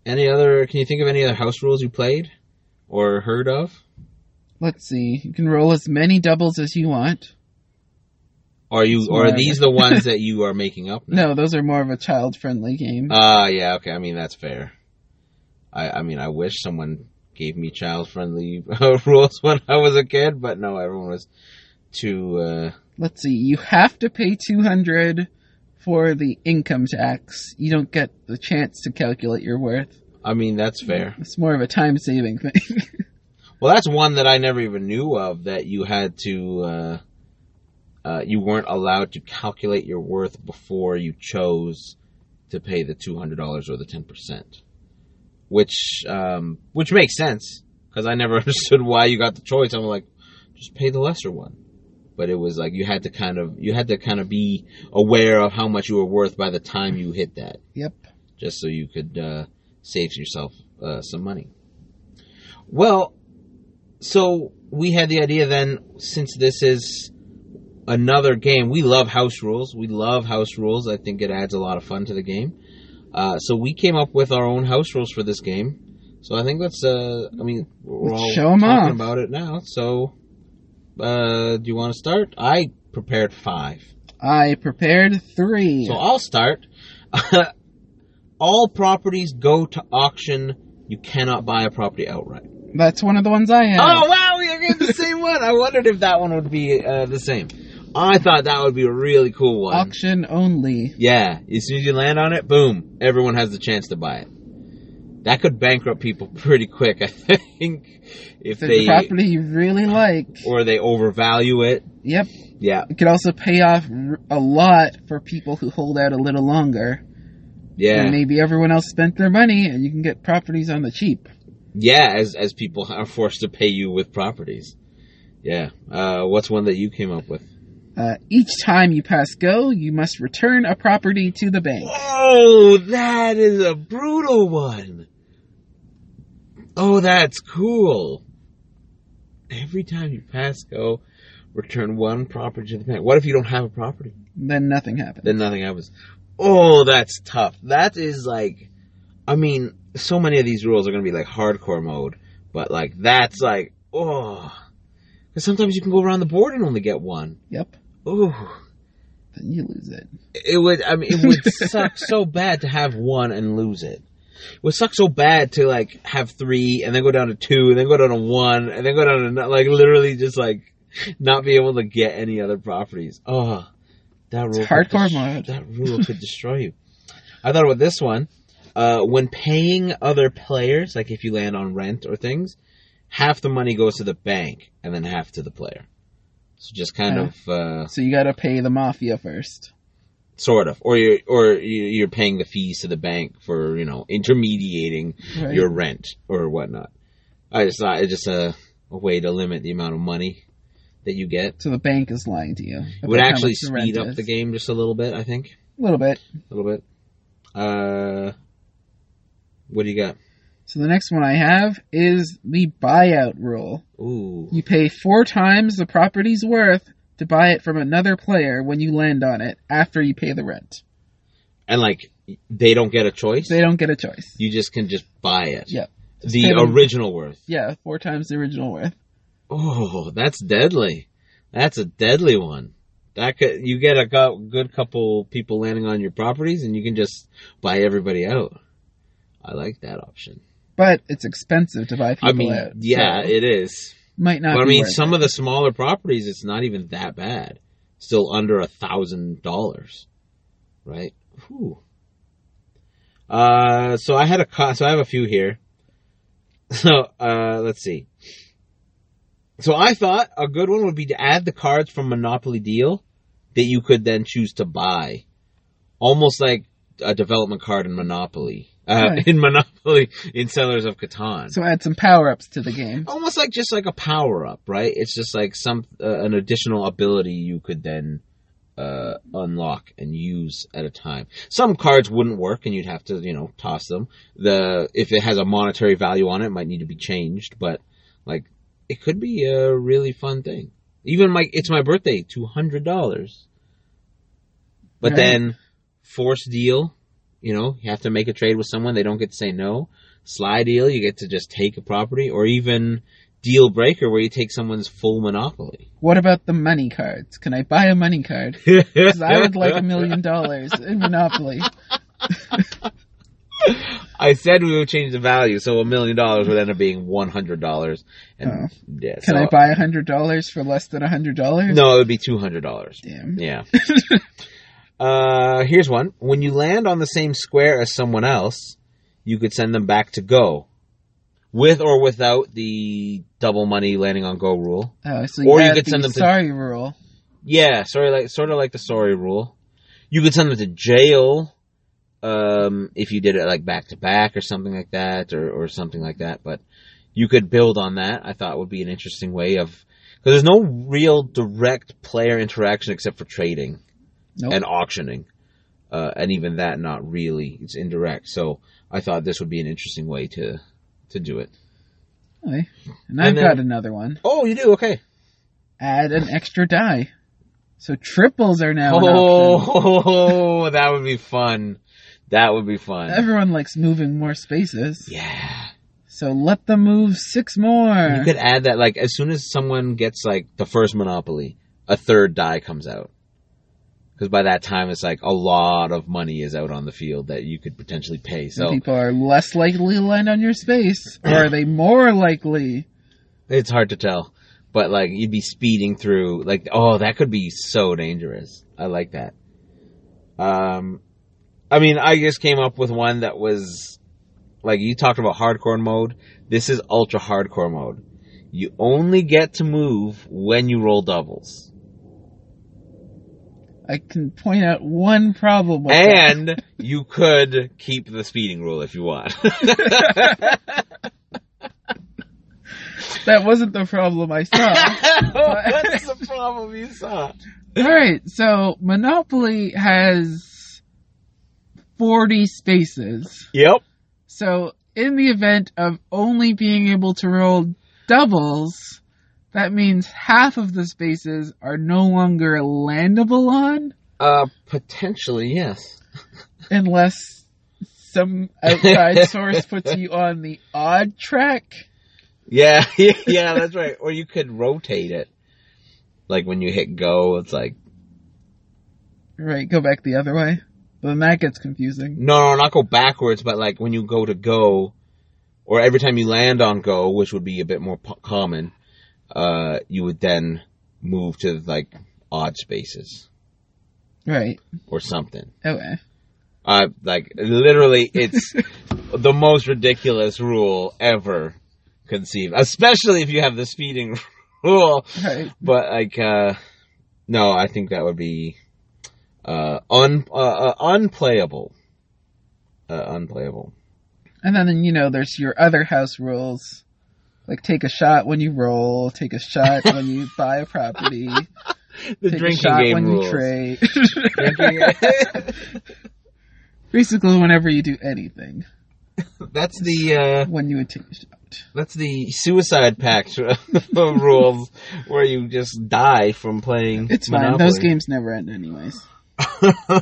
Speaker 2: Any other? Can you think of any other house rules you played or heard of?
Speaker 1: Let's see. You can roll as many doubles as you want.
Speaker 2: Or you?
Speaker 1: It's
Speaker 2: Or are
Speaker 1: whatever.
Speaker 2: these the ones that you are making up? now?
Speaker 1: No, those are more of a child-friendly game.
Speaker 2: Ah, yeah. Okay. I mean, that's fair. I. I mean, I wish uh, someone gave me child-friendly rules when I was a kid, but no, everyone was to uh,
Speaker 1: Let's see. You have to pay 200 for the income tax. You don't get the chance to calculate your worth.
Speaker 2: I mean that's fair.
Speaker 1: It's more of a time saving thing.
Speaker 2: Well, that's one that I never even knew of that you had to uh, uh, you weren't allowed to calculate your worth before you chose to pay the two hundred dollars or the ten percent, which um, which makes sense because I never understood why you got the choice. I'm like, just pay the lesser one. But it was like you had to kind of you had to kind of be aware of how much you were worth by the time you hit that
Speaker 1: yep.
Speaker 2: just so you could uh, save yourself uh, some money. Well, so we had the idea then, since this is another game, we love house rules. We love house rules. I think it adds a lot of fun to the game. Uh, so we came up with our own house rules for this game. So I think let's. Uh, I mean, we're
Speaker 1: Let's
Speaker 2: all
Speaker 1: show 'em
Speaker 2: talking
Speaker 1: off.
Speaker 2: about it now. So, uh, do you want to start? I prepared five.
Speaker 1: I prepared three.
Speaker 2: So I'll start. All properties go to auction. You cannot buy a property outright.
Speaker 1: That's one of the ones I had.
Speaker 2: Oh wow, we are getting the same one. I wondered if that one would be uh, the same. I thought that would be a really cool one.
Speaker 1: Auction only.
Speaker 2: Yeah, as soon as you land on it, boom, everyone has the chance to buy it. That could bankrupt people pretty quick, I think, if
Speaker 1: If there's
Speaker 2: they
Speaker 1: a property you really like.
Speaker 2: or they overvalue it.
Speaker 1: Yep.
Speaker 2: Yeah,
Speaker 1: It could also pay off r- a lot for people who hold out a little longer. And
Speaker 2: yeah,
Speaker 1: maybe everyone else spent their money and you can get properties on the cheap.
Speaker 2: yeah. As as people are forced to pay you with properties. Yeah. Uh, what's one that you came up with?
Speaker 1: Uh, each time you pass go, you must return a property to the bank.
Speaker 2: Oh, that is a brutal one. Oh, that's cool. Every time you pass go, return one property to the bank. What if you don't have a property?
Speaker 1: Then nothing happens.
Speaker 2: Then nothing happens. Oh, that's tough. That is like, I mean, so many of these rules are going to be like hardcore mode, but like that's like, oh, 'Cause sometimes you can go around the board and only get one.
Speaker 1: Yep.
Speaker 2: Ooh
Speaker 1: Then you lose it.
Speaker 2: it would i mean it would suck so bad to have one and lose it it would suck so bad to like have three and then go down to two and then go down to one and then go down to no- like literally just like not be able to get any other properties oh that rule could
Speaker 1: hardcore
Speaker 2: dest-
Speaker 1: mode.
Speaker 2: that rule could destroy you i thought about this one uh, when paying other players like if you land on rent or things half the money goes to the bank and then half to the player so just kind
Speaker 1: Yeah.
Speaker 2: of uh,
Speaker 1: So you gotta pay the mafia first.
Speaker 2: sort of or you're or you- you're paying the fees to the bank for you know intermediating
Speaker 1: Right?
Speaker 2: your rent or whatnot i just thought it's just a, a way to limit the amount of money that you get
Speaker 1: so the bank is lying to you.
Speaker 2: it
Speaker 1: about
Speaker 2: would
Speaker 1: how
Speaker 2: actually
Speaker 1: much rent
Speaker 2: speed up
Speaker 1: is.
Speaker 2: the game just a little bit i think
Speaker 1: A little bit.
Speaker 2: a little bit uh what do you got
Speaker 1: So the next one I have is the buyout rule.
Speaker 2: ooh
Speaker 1: You pay four times the property's worth to buy it from another player when you land on it after you pay the rent.
Speaker 2: and like they don't get a choice
Speaker 1: They don't get a choice.
Speaker 2: you just can just buy it
Speaker 1: Yep.
Speaker 2: the
Speaker 1: pay them-
Speaker 2: original worth
Speaker 1: Yeah, four times the original worth.
Speaker 2: Oh, that's deadly. That's a deadly one. That could you get a go- good couple people landing on your properties, and you can just buy everybody out. I like that option.
Speaker 1: But it's expensive to buy people
Speaker 2: I mean,
Speaker 1: out.
Speaker 2: yeah,
Speaker 1: so
Speaker 2: it is.
Speaker 1: might not.
Speaker 2: But I
Speaker 1: be
Speaker 2: mean,
Speaker 1: worth
Speaker 2: some of the smaller properties, it's not even that bad. Still under a thousand dollars, right? Whew. Uh, so I had a co- so I have a few here. So uh, let's see. So I thought a good one would be to add the cards from Monopoly Deal that you could then choose to buy, almost like a development card in Monopoly. Uh,
Speaker 1: Right.
Speaker 2: In Monopoly, in Sellers of Catan
Speaker 1: it. So add some power ups to the game.
Speaker 2: almost like just like a power up, right? It's just like some uh, an additional ability you could then uh, unlock and use at a time. Some cards wouldn't work, and you'd have to you know toss them. The if it has a monetary value on it, it might need to be changed, but like it could be a really fun thing. Even my it's my birthday, two hundred dollars. But
Speaker 1: Right.
Speaker 2: then force deal, you know, you have to make a trade with someone, they don't get to say no. Sly deal, you get to just take a property, or even deal breaker where you take someone's full monopoly.
Speaker 1: What about the money cards? Can I buy a money card? Because I would like a million dollars in Monopoly.
Speaker 2: I said we would change the value, so a million dollars would end up being one hundred dollars. And
Speaker 1: Oh.
Speaker 2: yeah,
Speaker 1: Can
Speaker 2: so-
Speaker 1: I buy hundred dollars for less than hundred dollars?
Speaker 2: No, it would be two hundred dollars.
Speaker 1: Damn.
Speaker 2: Yeah. uh, here's one. When you land on the same square as someone else, you could send them back to go, with or without the double money landing on go rule.
Speaker 1: Oh, so you
Speaker 2: Or you
Speaker 1: had
Speaker 2: could
Speaker 1: the
Speaker 2: send them to-
Speaker 1: sorry rule.
Speaker 2: Yeah, sorry, like sort of like the sorry rule. You could send them to jail um, if you did it like back to back or something like that, or or something like that. But you could build on that. I thought would be an interesting way of because there's no real direct player interaction except for trading
Speaker 1: Nope.
Speaker 2: and auctioning, uh, and even that not really. It's indirect. So I thought this would be an interesting way to to do it.
Speaker 1: Okay. And I've
Speaker 2: then-
Speaker 1: got another one.
Speaker 2: Oh, you do okay.
Speaker 1: Add an extra die. So triples are now. an option.
Speaker 2: Oh, that would be fun. That would be fun.
Speaker 1: Everyone likes moving more spaces.
Speaker 2: Yeah.
Speaker 1: So let them move six more.
Speaker 2: You could add that like as soon as someone gets like the first monopoly, a third die comes out. Cuz by that time it's like a lot of money is out on the field that you could potentially pay.
Speaker 1: So
Speaker 2: So
Speaker 1: people are less likely to land on your space, or are they more likely?
Speaker 2: it's hard to tell. But like you'd be speeding through like oh that could be so dangerous. I like that. Um I mean, I just came up with one that was like you talked about hardcore mode. This is ultra hardcore mode. You only get to move when you roll doubles.
Speaker 1: I can point out one problem with that.
Speaker 2: and you could keep the speeding rule if you want.
Speaker 1: That wasn't the problem I saw.
Speaker 2: What's the problem you saw?
Speaker 1: Alright, so Monopoly has 40 spaces.
Speaker 2: Yep.
Speaker 1: So, in the event of only being able to roll doubles, that means half of the spaces are no longer landable on
Speaker 2: Uh, potentially yes.
Speaker 1: unless some outside source puts you on the odd track.
Speaker 2: Yeah, yeah, that's right. Or you could rotate it. Like when you hit go, it's like
Speaker 1: Right, go back the other way. Then that gets confusing.
Speaker 2: no, no, not go backwards, but like when you go to go, or every time you land on go, which would be a bit more po- common, uh, you would then move to like odd spaces
Speaker 1: Right.
Speaker 2: or something.
Speaker 1: Okay.
Speaker 2: Uh, like literally, it's the most ridiculous rule ever conceived. Especially if you have the speeding rule.
Speaker 1: Right.
Speaker 2: But like, uh, no, I think that would be uh, un uh, uh, unplayable. Uh, unplayable.
Speaker 1: And then, you know, there's your other house rules. Like take a shot when you roll, take a shot when you buy a property,
Speaker 2: The
Speaker 1: take a
Speaker 2: drinking
Speaker 1: shot
Speaker 2: game
Speaker 1: when you
Speaker 2: rules.
Speaker 1: trade.
Speaker 2: Drinking-
Speaker 1: Basically, whenever you do anything,
Speaker 2: that's the uh,
Speaker 1: when you would take a shot.
Speaker 2: that's the suicide pact rules where you just die from playing.
Speaker 1: It's fine. Those
Speaker 2: Monopoly.
Speaker 1: games never end, anyways.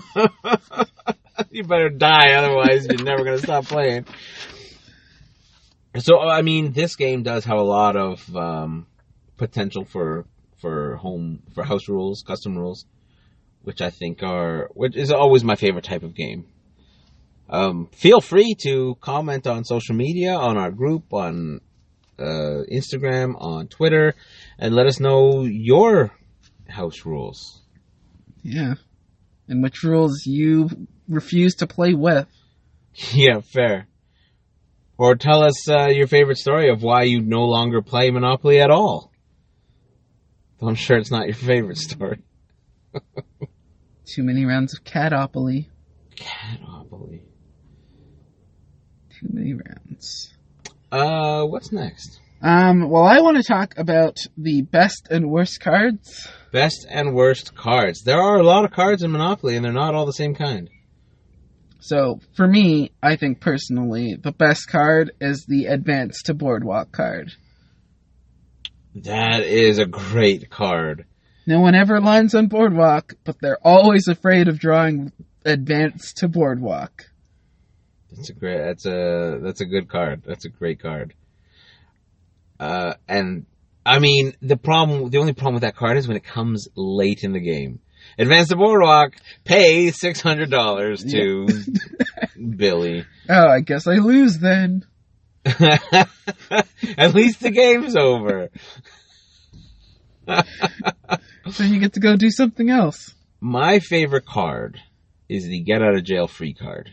Speaker 2: you better die, otherwise you're never gonna stop playing. So I mean, this game does have a lot of um, potential for for home for house rules, custom rules, which I think are which is always my favorite type of game. Um, feel free to comment on social media, on our group, on uh, Instagram, on Twitter, and let us know your house rules.
Speaker 1: Yeah. And which rules you refuse to play with.
Speaker 2: Yeah, fair. Or tell us uh, your favorite story of why you no longer play Monopoly at all. I'm sure it's not your favorite story.
Speaker 1: Too many rounds of Catopoly.
Speaker 2: Catopoly.
Speaker 1: Too many rounds.
Speaker 2: Uh, what's next?
Speaker 1: Um, well, I want to talk about the best and worst cards.
Speaker 2: Best and worst cards. There are a lot of cards in Monopoly, and they're not all the same kind.
Speaker 1: So, for me, I think personally, the best card is the Advance to Boardwalk card.
Speaker 2: That is a great card.
Speaker 1: No one ever lines on Boardwalk, but they're always afraid of drawing Advance to Boardwalk.
Speaker 2: That's a great. That's a that's a good card. That's a great card. Uh, and I mean the problem. The only problem with that card is when it comes late in the game. Advance the boardwalk. Pay six hundred dollars to Billy.
Speaker 1: Oh, I guess I lose then.
Speaker 2: At least the game's over.
Speaker 1: So you get to go do something else.
Speaker 2: My favorite card is the get out of jail free card.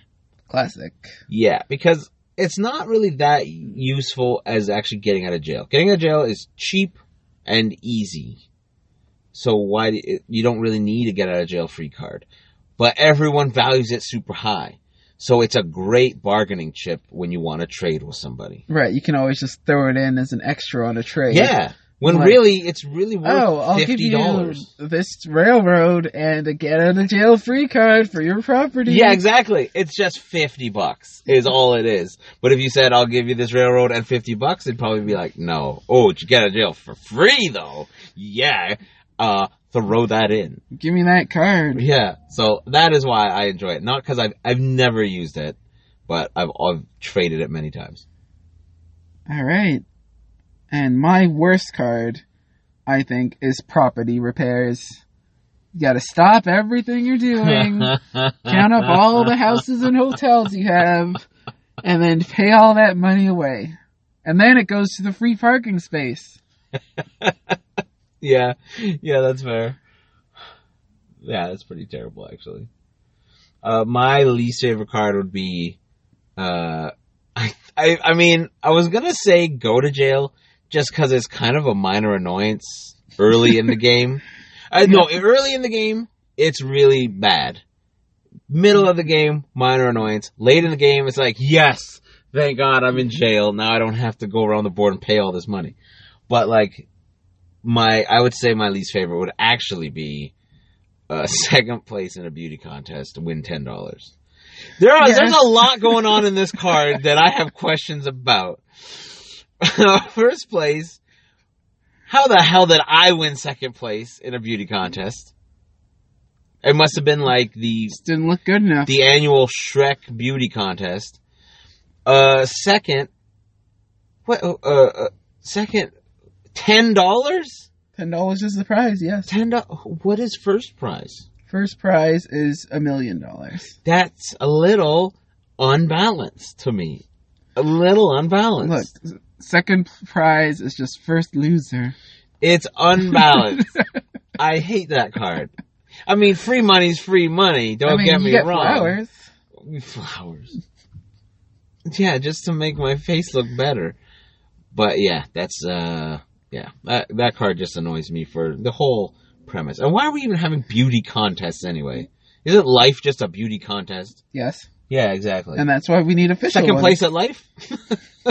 Speaker 1: Classic.
Speaker 2: Yeah, because it's not really that useful as actually getting out of jail. Getting out of jail is cheap and easy. So why do you don't really need a get out of jail free card. But everyone values it super high. So it's a great bargaining chip when you want to trade with somebody.
Speaker 1: Right, you can always just throw it in as an extra on a tray.
Speaker 2: Yeah. When
Speaker 1: Like-
Speaker 2: really it's really worth
Speaker 1: Oh, I'll give
Speaker 2: fifty
Speaker 1: you
Speaker 2: dollars.
Speaker 1: this railroad and a get out of jail free card for your property.
Speaker 2: Yeah, exactly. It's just fifty bucks is all it is. But if you said I'll give you this railroad and fifty bucks, it'd probably be like, no. Oh, did you get out of jail for free though. Yeah. Uh throw that in.
Speaker 1: Give me that card.
Speaker 2: Yeah. So that is why I enjoy it. Not because I've I've never used it, but I've I've traded it many times.
Speaker 1: All right. And my worst card, I think, is property repairs. You gotta stop everything you're doing, count up all the houses and hotels you have, and then pay all that money away. And then it goes to the free parking space.
Speaker 2: Yeah, yeah, that's fair. Yeah, that's pretty terrible, actually. Uh, my least favorite card would be, uh, I, I, I mean, I was gonna say go to jail just because it's kind of a minor annoyance early in the game. I Uh, no, early in the game, it's really bad. Middle of the game, minor annoyance. Late in the game, it's like, yes, thank God I'm in jail. Now I don't have to go around the board and pay all this money. But like, my I would say my least favorite would actually be uh, second place in a beauty contest to win ten dollars. There are
Speaker 1: Yeah.
Speaker 2: there's a lot going on in this card that I have questions about. First place, how the hell did I win second place in a beauty contest? It must have been like the
Speaker 1: Just didn't look good enough.
Speaker 2: the annual Shrek beauty contest. Uh, second, what? Uh, uh second, ten dollars.
Speaker 1: Ten dollars is the prize, yes.
Speaker 2: Ten dollars. What is first prize?
Speaker 1: First prize is a million dollars.
Speaker 2: That's a little unbalanced to me. A little
Speaker 1: Look,
Speaker 2: unbalanced.
Speaker 1: s- second prize is just first loser.
Speaker 2: It's unbalanced. I hate that card. I mean, free money's free money. Don't
Speaker 1: I mean,
Speaker 2: get
Speaker 1: you
Speaker 2: me
Speaker 1: get
Speaker 2: wrong.
Speaker 1: flowers.
Speaker 2: Flowers. Yeah, just to make my face look better. But yeah, that's uh, yeah, that that card just annoys me for the whole premise. And why are we even having beauty contests anyway? Isn't life just a beauty contest?
Speaker 1: Yes,
Speaker 2: Yeah, exactly.
Speaker 1: and that's why we need official
Speaker 2: second
Speaker 1: ones.
Speaker 2: place at life.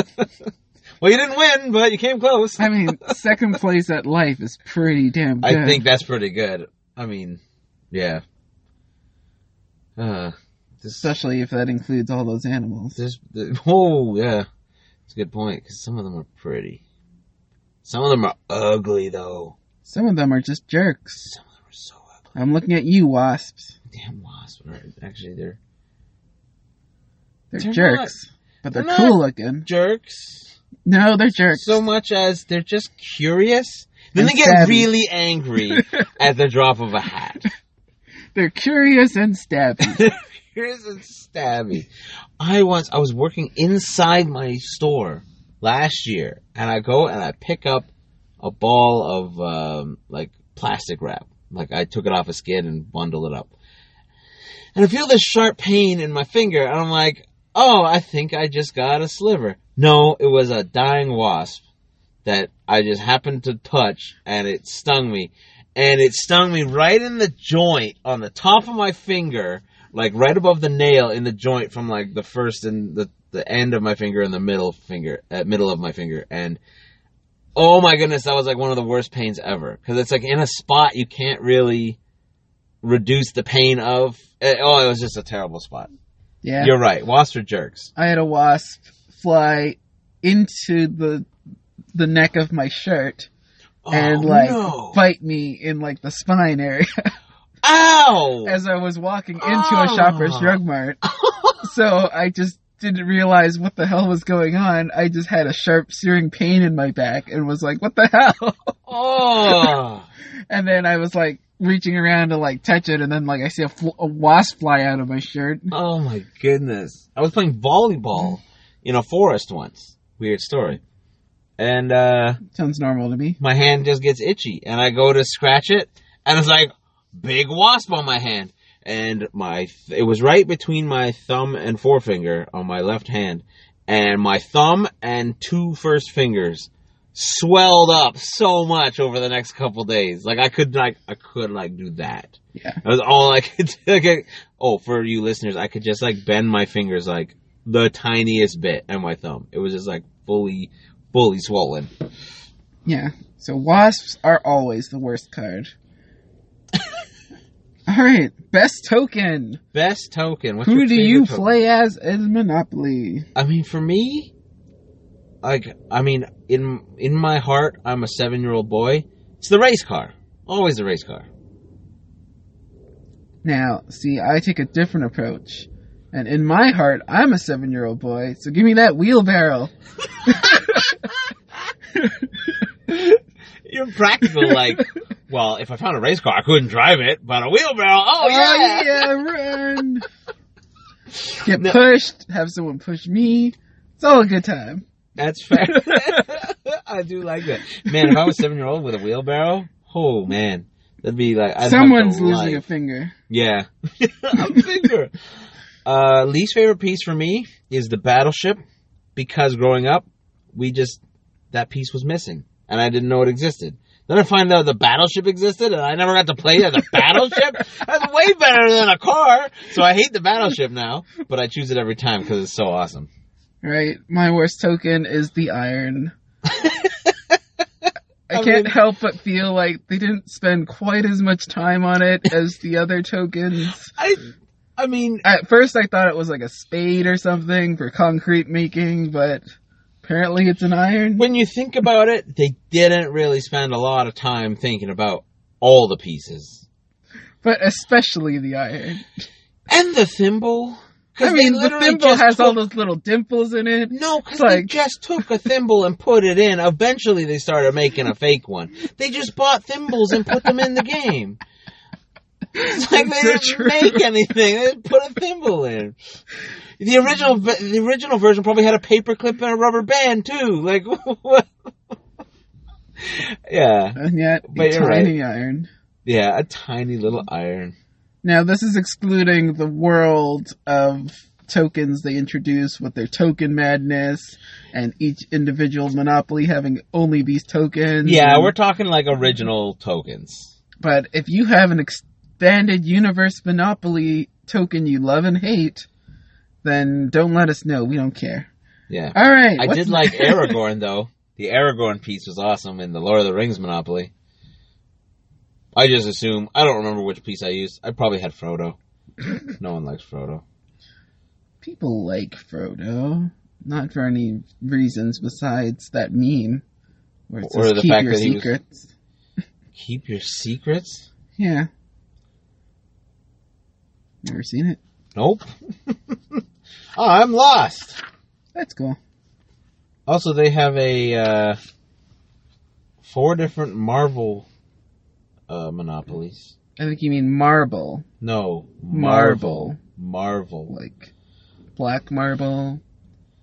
Speaker 2: well, you didn't win, but you came close.
Speaker 1: I mean, second place at life is pretty damn good.
Speaker 2: I think that's pretty good. I mean, yeah. Uh, this,
Speaker 1: especially if that includes all those animals.
Speaker 2: this, the- oh yeah, it's a good point because some of them are pretty. Some of them are ugly though.
Speaker 1: Some of them are just jerks.
Speaker 2: Some of them are so ugly.
Speaker 1: I'm looking at you, wasps.
Speaker 2: Damn wasps. Are, actually, they're
Speaker 1: They're,
Speaker 2: They're
Speaker 1: jerks, but they're
Speaker 2: they're
Speaker 1: cool
Speaker 2: not-
Speaker 1: looking.
Speaker 2: jerks.
Speaker 1: No, they're jerks.
Speaker 2: so much as they're just curious. Then
Speaker 1: And
Speaker 2: they get
Speaker 1: savvy.
Speaker 2: really angry at the drop of a hat.
Speaker 1: they're curious and stabby.
Speaker 2: Here's a stabby. I once I was working inside my store last year, and I go and I pick up a ball of um, like plastic wrap. Like I took it off a skid and bundled it up, and I feel this sharp pain in my finger, and I'm like, "Oh, I think I just got a sliver." No, it was a dying wasp that I just happened to touch, and it stung me, and it stung me right in the joint on the top of my finger like right above the nail in the joint from like the first and the the end of my finger and the middle finger at middle of my finger and oh my goodness that was like one of the worst pains ever because it's like in a spot you can't really reduce the pain of eh, oh it was just a terrible spot
Speaker 1: yeah,
Speaker 2: you're right wasps are jerks
Speaker 1: I had a wasp fly into the the neck of my shirt and
Speaker 2: oh,
Speaker 1: like
Speaker 2: no.
Speaker 1: bite me in like the spine area
Speaker 2: ow
Speaker 1: as I was walking into a shopper's
Speaker 2: Ah.
Speaker 1: drug mart. so I just didn't realize what the hell was going on. I just had a sharp searing pain in my back and was like, "What the hell?"
Speaker 2: oh
Speaker 1: And then I was like, reaching around to like touch it, and then like I see a, fl- a wasp fly out of my shirt.
Speaker 2: Oh my goodness. I was playing volleyball in a forest once. Weird story. And uh
Speaker 1: Sounds normal to me.
Speaker 2: my hand just gets itchy and I go to scratch it and it's like big wasp on my hand and my th- it was right between my thumb and forefinger on my left hand and my thumb and two first fingers swelled up so much over the next couple days like I could like I could like do that
Speaker 1: Yeah.
Speaker 2: that was all I could do. Okay. Oh, for you listeners, I could just like bend my fingers like the tiniest bit and my thumb. It was just like fully, fully swollen.
Speaker 1: Yeah. So wasps are always the worst card. All right, best token.
Speaker 2: Best token. What's
Speaker 1: Who
Speaker 2: your
Speaker 1: do
Speaker 2: favorite
Speaker 1: you
Speaker 2: token?
Speaker 1: play as in Monopoly?
Speaker 2: I mean, for me, like, I mean, in in my heart, I'm a seven year old boy. It's the race car. Always the race car.
Speaker 1: Now, see, I take a different approach. And in my heart, I'm a seven year old boy, so give me that wheelbarrow.
Speaker 2: You're practical, like, well, if I found a race car, I couldn't drive it, but a wheelbarrow. Oh, yeah.
Speaker 1: run! Get
Speaker 2: No.
Speaker 1: pushed, have someone push me. It's all a good time.
Speaker 2: That's fair. I do like that. Man, if I was seven year old with a wheelbarrow, oh man, that'd be like I'd have
Speaker 1: Someone's
Speaker 2: to
Speaker 1: losing a
Speaker 2: like-
Speaker 1: finger.
Speaker 2: Yeah, a finger. Uh, least favorite piece for me is the battleship because growing up, we just that piece was missing and I didn't know it existed. Then I find out the battleship existed and I never got to play as a battleship. That's way better than a car. So I hate the battleship now, but I choose it every time because it's so awesome.
Speaker 1: Right? My worst token is the iron. I
Speaker 2: I
Speaker 1: can't
Speaker 2: mean-
Speaker 1: help but feel like they didn't spend quite as much time on it as the other tokens.
Speaker 2: I, I mean,
Speaker 1: At first, I thought it was like a spade or something for concrete making, but apparently it's an iron.
Speaker 2: when you think about it, they didn't really spend a lot of time thinking about all the pieces
Speaker 1: But especially the iron.
Speaker 2: and the thimble.
Speaker 1: I
Speaker 2: 'Cause they
Speaker 1: mean, the
Speaker 2: literally
Speaker 1: thimble
Speaker 2: just
Speaker 1: has all
Speaker 2: took-
Speaker 1: those little dimples in it.
Speaker 2: No, because they
Speaker 1: like-
Speaker 2: just took a thimble and put it in. Eventually, they started making a fake one. They just bought thimbles and put them in the game. It's like they
Speaker 1: That's
Speaker 2: didn't
Speaker 1: so true.
Speaker 2: make anything. They just put a thimble in. The original, v- the original version probably had a paper clip and a rubber band too. Like, what? yeah,
Speaker 1: And yet, a
Speaker 2: But you're
Speaker 1: tiny iron.
Speaker 2: yeah, a tiny little iron.
Speaker 1: Now, this is excluding the world of tokens they introduce with their token madness and each individual monopoly having only these tokens.
Speaker 2: Yeah,
Speaker 1: And-
Speaker 2: we're talking like original tokens.
Speaker 1: But if you have an expanded universe monopoly token you love and hate, then don't let us know. We don't care.
Speaker 2: Yeah.
Speaker 1: All right.
Speaker 2: I
Speaker 1: what's-
Speaker 2: did like Aragorn though. The Aragorn piece was awesome in the Lord of the Rings Monopoly. I just assume I don't remember which piece I used. I probably had Frodo. No one likes Frodo.
Speaker 1: People like Frodo, not for any reasons besides that meme where it
Speaker 2: Or
Speaker 1: says
Speaker 2: the
Speaker 1: keep
Speaker 2: fact
Speaker 1: your
Speaker 2: that he was-
Speaker 1: secrets.
Speaker 2: Keep your secrets?
Speaker 1: Yeah. Never seen it.
Speaker 2: Nope. Ah, I'm lost.
Speaker 1: That's cool.
Speaker 2: Also, they have a uh, four different Marvel uh, monopolies.
Speaker 1: I think you mean marble.
Speaker 2: No,
Speaker 1: Marvel.
Speaker 2: Marvel.
Speaker 1: Like black marble.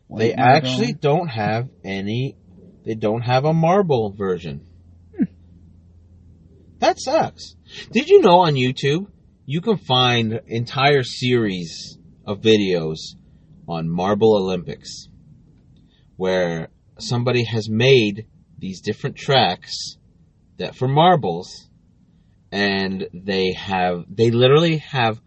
Speaker 1: white
Speaker 2: They
Speaker 1: marble.
Speaker 2: actually don't have any. They don't have a marble version. That sucks. Did you know on YouTube you can find entire series of videos on Marble Olympics where somebody has made these different tracks that for marbles and they have they literally have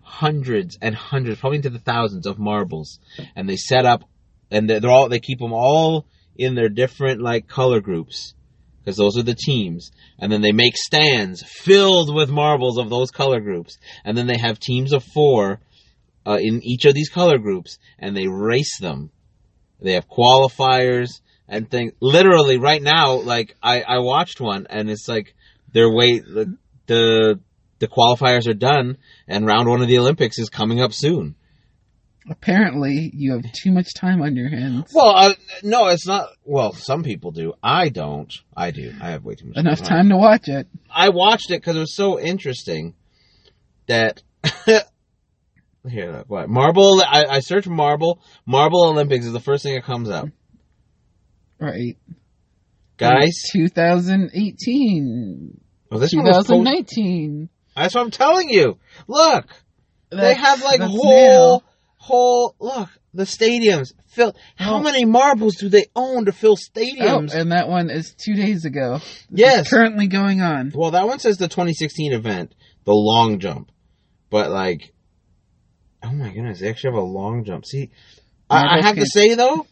Speaker 2: hundreds and hundreds probably into the thousands of marbles and they set up and they're, they're all they keep them all in their different like color groups because those are the teams and then they make stands filled with marbles of those color groups and then they have teams of four uh, in each of these color groups and they race them they have qualifiers and things literally right now like i i watched one and it's like their way the the, the qualifiers are done and round one of the olympics is coming up soon
Speaker 1: Apparently, you have too much time on your hands.
Speaker 2: Well, uh, no, it's not. Well, some people do. I don't. I do. I have way too much
Speaker 1: Enough time to watch it.
Speaker 2: I watched it because it was so interesting that here, look, what marble? I, I searched marble. Marble Olympics is the first thing that comes up,
Speaker 1: Right.
Speaker 2: guys.
Speaker 1: 2018.
Speaker 2: Well, this one was post-
Speaker 1: 2019.
Speaker 2: That's what I'm telling you. Look, they
Speaker 1: That's-
Speaker 2: have like
Speaker 1: that's
Speaker 2: whole, whole. Look, the stadiums fill. How
Speaker 1: Oh.
Speaker 2: many marbles do they own to
Speaker 1: now.
Speaker 2: fill
Speaker 1: Oh,
Speaker 2: stadiums?
Speaker 1: and that one is two days ago. It's
Speaker 2: yes.
Speaker 1: currently going on.
Speaker 2: Well, that one says the 2016 event, the long jump, but like, oh my goodness, they actually have a long jump. See, I, I
Speaker 1: Marbles
Speaker 2: have to
Speaker 1: can't-
Speaker 2: say though,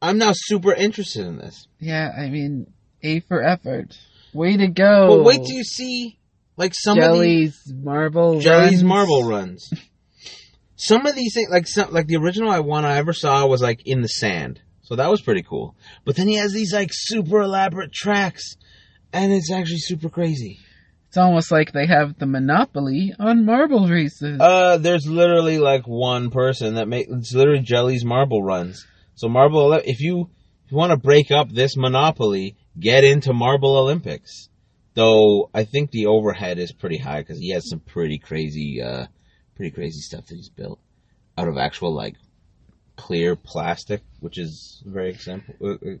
Speaker 2: I'm now super interested in this.
Speaker 1: Yeah, I mean, A for effort. Way to go.
Speaker 2: But wait till you see, like some of
Speaker 1: Jelly's marble.
Speaker 2: the Jelly's
Speaker 1: runs.
Speaker 2: marble runs. Some of these things, like some, like the original I one I ever saw was like in the sand, so that was pretty cool. But then he has these like super elaborate tracks, and it's actually super crazy.
Speaker 1: It's almost like they have the monopoly on marble races.
Speaker 2: Uh, there's literally like one person that makes it's literally Jelly's marble runs. So marble, Oli- if you if you want to break up this monopoly, get into Marble Olympics. Though I think the overhead is pretty high because he has some pretty crazy, uh, pretty crazy stuff that he's built out of actual like clear plastic, which is very example, uh, uh,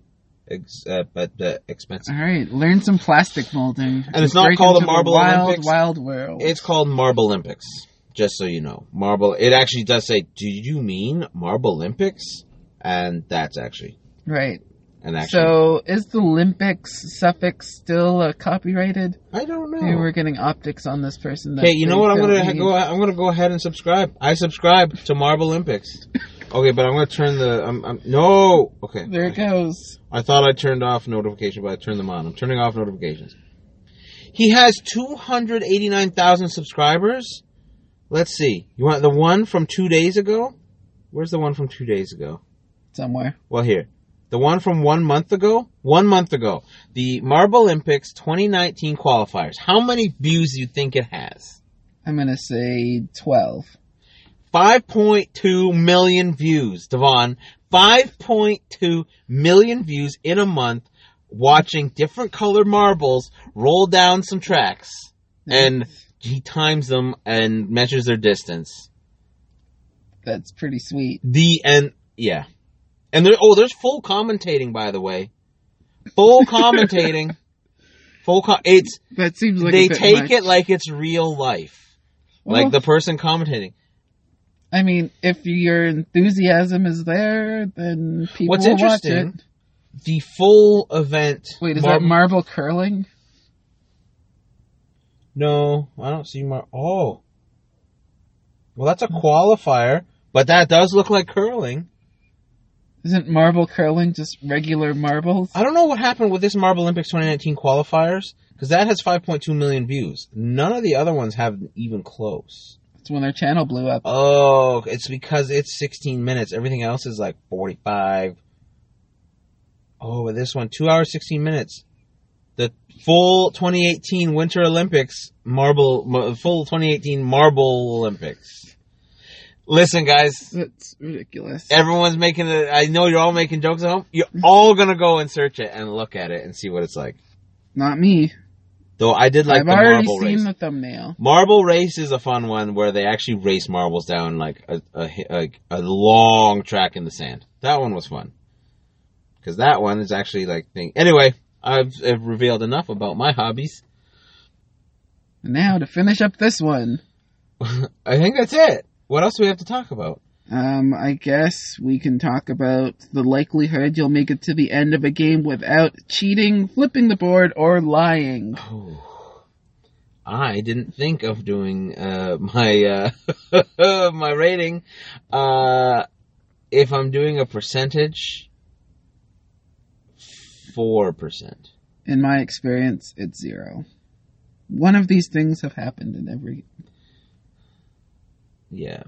Speaker 2: ex- uh, but uh, expensive.
Speaker 1: All right, learn some plastic molding.
Speaker 2: And it's not
Speaker 1: Break
Speaker 2: called
Speaker 1: into
Speaker 2: a Marble
Speaker 1: wild,
Speaker 2: Olympics.
Speaker 1: Wild world.
Speaker 2: It's called Marble Olympics. Just so you know, Marble. It actually does say, "Do you mean Marble Olympics?" And that's actually
Speaker 1: right.
Speaker 2: an
Speaker 1: So,
Speaker 2: actual.
Speaker 1: is the Olympics suffix still uh, copyrighted?
Speaker 2: I don't
Speaker 1: Maybe
Speaker 2: know.
Speaker 1: we're getting optics on this person. that
Speaker 2: Hey, you know
Speaker 1: they
Speaker 2: what? I'm
Speaker 1: don't
Speaker 2: gonna ha-
Speaker 1: need.
Speaker 2: go. I'm gonna go ahead and subscribe. I subscribe to Marble Olympics. Okay, but I'm gonna turn the. I'm, I'm no. Okay.
Speaker 1: There it goes.
Speaker 2: I thought I turned off notification, but I turned them on. I'm turning off notifications. He has 289,000 subscribers. Let's see. You want the one from two days ago? Where's the one from two days ago?
Speaker 1: Somewhere.
Speaker 2: Well, here. The one from one month ago? One month ago. The Marble Olympics 2019 qualifiers. How many views do you think it has?
Speaker 1: I'm going to say 12.
Speaker 2: 5.2 million views, Devon. 5.2 million views in a month watching different colored marbles roll down some tracks. And he times them and measures their distance.
Speaker 1: That's pretty sweet.
Speaker 2: The and yeah. And there oh there's full commentating by the way. Full commentating. full com- it's
Speaker 1: That seems like a
Speaker 2: they
Speaker 1: bit
Speaker 2: take
Speaker 1: much.
Speaker 2: it like it's real life.
Speaker 1: Well,
Speaker 2: like the person commentating.
Speaker 1: I mean, if your enthusiasm is there, then people
Speaker 2: What's
Speaker 1: will watch it.
Speaker 2: interesting- The full event.
Speaker 1: Wait, is
Speaker 2: Mar-
Speaker 1: that marble curling?
Speaker 2: No, I don't see Mar. Oh. Well, that's a qualifier, but that does look like curling.
Speaker 1: Isn't marble curling just regular marbles?
Speaker 2: I don't know what happened with this Marble Olympics 2019 qualifiers, because that has 5.2 million views. None of the other ones have even close.
Speaker 1: That's when their channel blew up.
Speaker 2: Oh, it's because it's 16 minutes. Everything else is like 45. Oh, but this one, 2 hours, 16 minutes. The full 2018 Winter Olympics, marble, ma- full 2018 Marble Olympics. Listen, guys,
Speaker 1: That's ridiculous.
Speaker 2: everyone's making it. I know you're all making jokes at home. You're all gonna go and search it and look at it and see what it's like.
Speaker 1: Not me.
Speaker 2: Though I did like
Speaker 1: I've
Speaker 2: the
Speaker 1: already
Speaker 2: marble
Speaker 1: seen
Speaker 2: race.
Speaker 1: the thumbnail.
Speaker 2: Marble race is a fun one where they actually race marbles down like a a, hi- like a long track in the sand. That one was fun because that one is actually like thing. Anyway, I've, I've revealed enough about my hobbies.
Speaker 1: Now to finish up this one,
Speaker 2: I think that's it. What else do we have to talk about?
Speaker 1: um, I guess we can talk about the likelihood you'll make it to the end of a game without cheating, flipping the board, or lying.
Speaker 2: Oh, I didn't think of doing uh, my uh, my rating. Uh, if I'm doing a percentage, four percent.
Speaker 1: In my experience, it's zero. One of these things have happened in every.
Speaker 2: Yeah.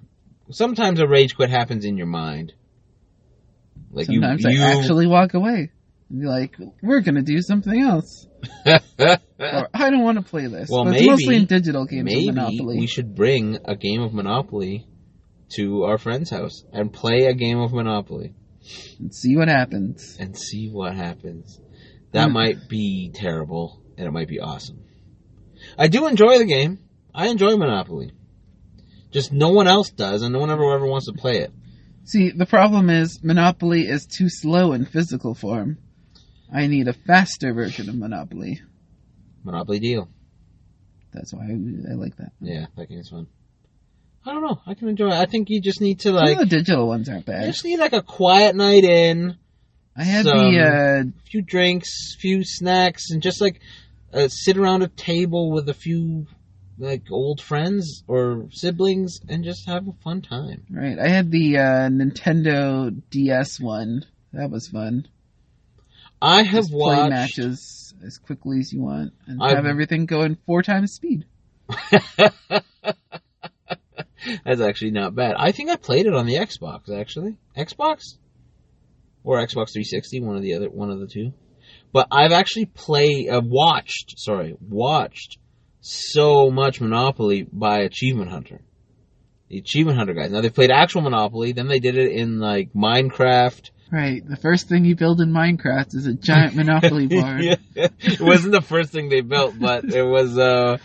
Speaker 2: Sometimes a rage quit happens in your mind. Like
Speaker 1: Sometimes
Speaker 2: you, you
Speaker 1: I actually walk away and be like, "We're gonna do something else," or "I don't want to play this."
Speaker 2: Well,
Speaker 1: but it's
Speaker 2: maybe-
Speaker 1: mostly in digital games. in
Speaker 2: maybe
Speaker 1: Monopoly.
Speaker 2: we should bring a game of Monopoly to our friend's house and play a game of Monopoly
Speaker 1: and see what happens.
Speaker 2: and see what happens. That
Speaker 1: Mm.
Speaker 2: might be terrible and it might be awesome. I do enjoy the game. I enjoy Monopoly. Just no one else does and no one ever ever wants to play it.
Speaker 1: See, the problem is Monopoly is too slow in physical form. I need a faster version of Monopoly.
Speaker 2: Monopoly deal.
Speaker 1: That's why I, I like that.
Speaker 2: Yeah, that game's fun. I don't know. I can enjoy it. I think you just need to
Speaker 1: Some
Speaker 2: like
Speaker 1: of the digital ones aren't
Speaker 2: you
Speaker 1: bad.
Speaker 2: just need like a quiet night in,
Speaker 1: I had
Speaker 2: some-
Speaker 1: the
Speaker 2: a few drinks, few snacks, and just like uh, sit around a table with a few like old friends or siblings and just have a fun time.
Speaker 1: uh, right. I had the uh, Nintendo DS one. That was fun.
Speaker 2: I have
Speaker 1: Just play
Speaker 2: watched.
Speaker 1: matches as quickly as you want and
Speaker 2: I've-
Speaker 1: have everything go in four times speed.
Speaker 2: That's actually not bad. I think I played it on the Xbox actually. Xbox or Xbox 360, one of the other one of the two. But I've actually play uh, watched, sorry, watched so much Monopoly by Achievement Hunter. The Achievement Hunter guys. Now they played actual Monopoly, then they did it in like Minecraft.
Speaker 1: Right. The first thing you build in Minecraft is a giant Monopoly board.
Speaker 2: Yeah. It wasn't the first thing they built, but it was uh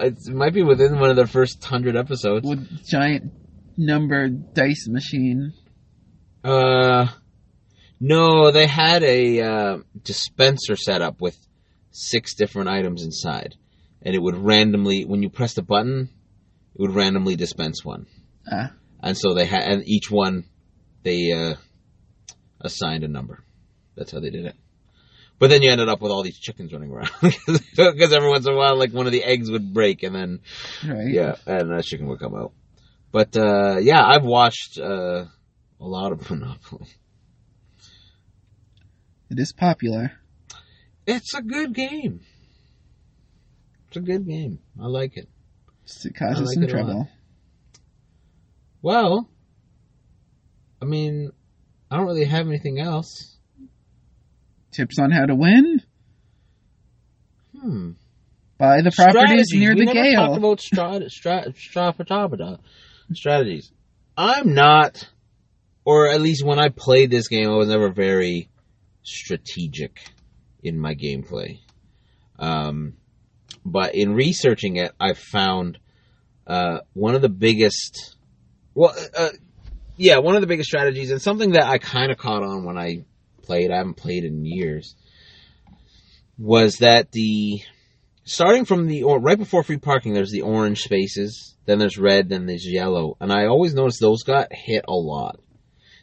Speaker 2: it's- it might be within one of their first 100 episodes.
Speaker 1: with giant number dice machine.
Speaker 2: Uh, no, they had a uh, dispenser set up with six different items inside, and it would randomly, when you press the button, it would randomly dispense one.
Speaker 1: Ah.
Speaker 2: And so they had, and each one, they uh, assigned a number. That's how they did it. But then you ended up with all these chickens running around because every once in a while, like one of the eggs would break, and then
Speaker 1: Right.
Speaker 2: yeah, and a chicken would come out. But uh, yeah, I've watched uh, a lot of Monopoly.
Speaker 1: It is popular.
Speaker 2: It's a good game. It's a good game. I like it.
Speaker 1: Just it causes
Speaker 2: I like
Speaker 1: some
Speaker 2: it a lot.
Speaker 1: trouble.
Speaker 2: Well, I mean, I don't really have anything else.
Speaker 1: Tips on how to win?
Speaker 2: Hmm.
Speaker 1: Buy the properties
Speaker 2: Strategies.
Speaker 1: near
Speaker 2: we
Speaker 1: the
Speaker 2: never talked
Speaker 1: gale.
Speaker 2: about strat strat strapatabada. strategies. I'm not, or at least when I played this game, I was never very strategic in my gameplay. Um, but in researching it, I found uh, one of the biggest, well, uh, yeah, one of the biggest strategies, and something that I kind of caught on when I played. I haven't played in years. Was that the starting from the or right before free parking there's the orange spaces then there's red then there's yellow and i always noticed those got hit a lot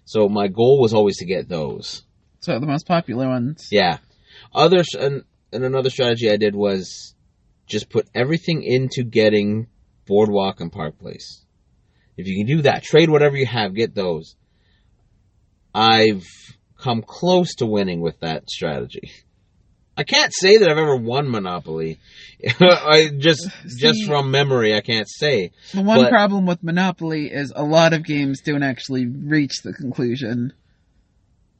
Speaker 2: so my goal was always to get those
Speaker 1: So the most popular ones.
Speaker 2: yeah other and, and another strategy i did was just put everything into getting boardwalk and park place if you can do that trade whatever you have get those i've come close to winning with that strategy i can't say that i've ever won monopoly i just just
Speaker 1: See-
Speaker 2: from memory i can't say
Speaker 1: The one
Speaker 2: But-
Speaker 1: problem with Monopoly is a lot of games don't actually reach the conclusion.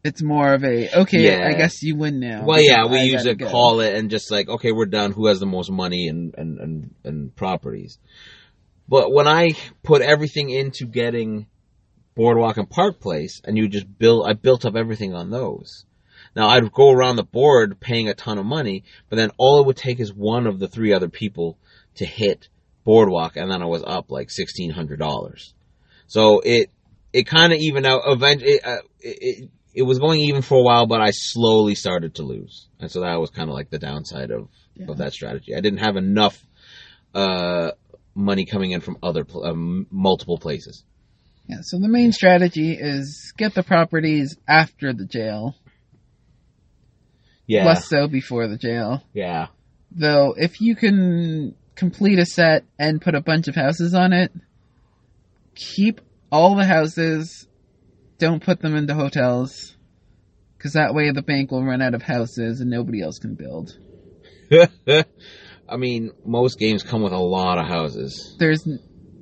Speaker 1: It's more of a okay,
Speaker 2: Yeah.
Speaker 1: I guess you win now.
Speaker 2: well yeah
Speaker 1: because
Speaker 2: we
Speaker 1: I
Speaker 2: usually
Speaker 1: gotta go.
Speaker 2: call it and just like okay we're done who has the most money and and and, and properties but when i put everything into getting boardwalk and park place and you just build i built up everything on those now i'd go around the board paying a ton of money but then all it would take is one of the three other people to hit boardwalk and then i was up like $1600 so it it kind of evened out eventually it, uh, it, it it was going even for a while, but I slowly started to lose, and so that was kind of like the downside of,
Speaker 1: Yeah.
Speaker 2: of that strategy. I didn't have enough uh, money coming in from other pl- um, multiple places.
Speaker 1: Yeah, so the main strategy is get the properties after the jail.
Speaker 2: Yeah,
Speaker 1: Less so before the jail.
Speaker 2: yeah,
Speaker 1: Though if you can complete a set and put a bunch of houses on it, keep all the houses. Don't put them into hotels. Because that way the bank will run out of houses and nobody else can build.
Speaker 2: I mean, most games come with a lot of houses.
Speaker 1: there's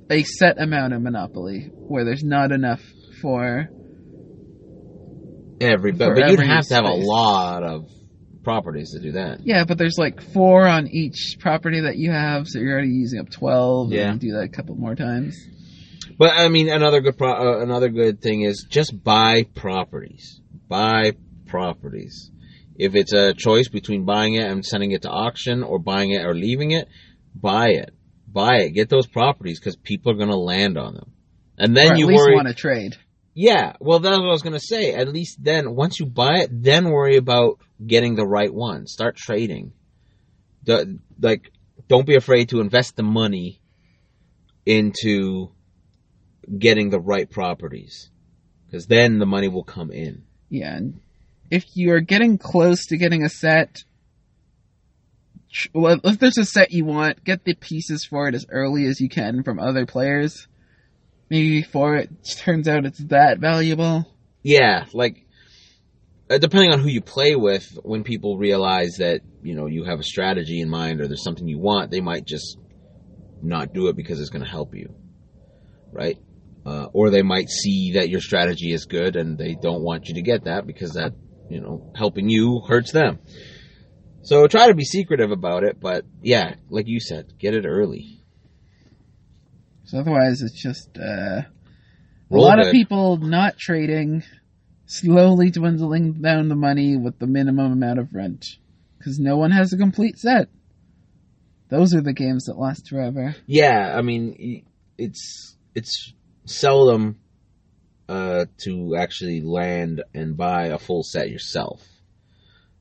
Speaker 1: a set amount of Monopoly where there's not enough for
Speaker 2: Every
Speaker 1: For
Speaker 2: but, but you'd
Speaker 1: every
Speaker 2: have to have a
Speaker 1: space.
Speaker 2: lot of properties to do that.
Speaker 1: yeah, but there's like four on each property that you have, so you're already using up twelve.
Speaker 2: Yeah.
Speaker 1: and you do that a couple more times.
Speaker 2: But I mean, another good pro- uh, another good thing is just buy properties. Buy properties. If it's a choice between buying it and sending it to auction, or buying it or leaving it, buy it. Buy it. Get those properties because people are going to land on them. And then
Speaker 1: or at
Speaker 2: you
Speaker 1: least
Speaker 2: worry.
Speaker 1: want to trade.
Speaker 2: Yeah, well, that's what I was gonna say. At least then, once you buy it, then worry about getting the right one. Start trading. The, like, don't be afraid to invest the money into getting the right properties, because then the money will come in.
Speaker 1: Yeah. and If you are getting close to getting a set, tr- well, if there's a set you want, get the pieces for it as early as you can from other players. Maybe before it turns out it's that valuable.
Speaker 2: Yeah, like uh, depending on who you play with, when people realize that you know you have a strategy in mind or there's something you want, they might just not do it because it's going to help you, right? Uh, or they might see that your strategy is good and they don't want you to get that because that you know helping you hurts them. So try to be secretive about it, but yeah, like you said, get it early.
Speaker 1: So otherwise, it's just uh, a
Speaker 2: Roll
Speaker 1: lot of
Speaker 2: good.
Speaker 1: people not trading, slowly dwindling down the money with the minimum amount of rent, because no one has a complete set. Those are the games that last forever.
Speaker 2: Yeah, I mean, y- it's it's seldom uh, to actually land and buy a full set yourself.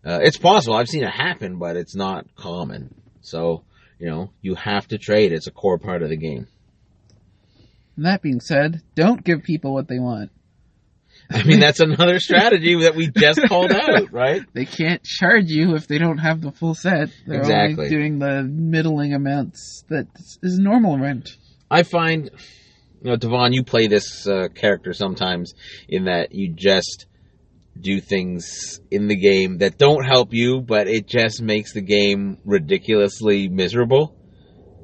Speaker 2: Uh, it's possible. I've seen it happen, but it's not common. So you know, you have to trade. It's a core part of the game.
Speaker 1: And that being said, don't give people what they want.
Speaker 2: I mean, that's another strategy that we just called out, right?
Speaker 1: They can't charge you if they don't have the full set. They're
Speaker 2: Exactly.
Speaker 1: only doing the middling amounts that is normal rent.
Speaker 2: I find, you know, Devon, you play this uh, character sometimes in that you just do things in the game that don't help you, but it just makes the game ridiculously miserable.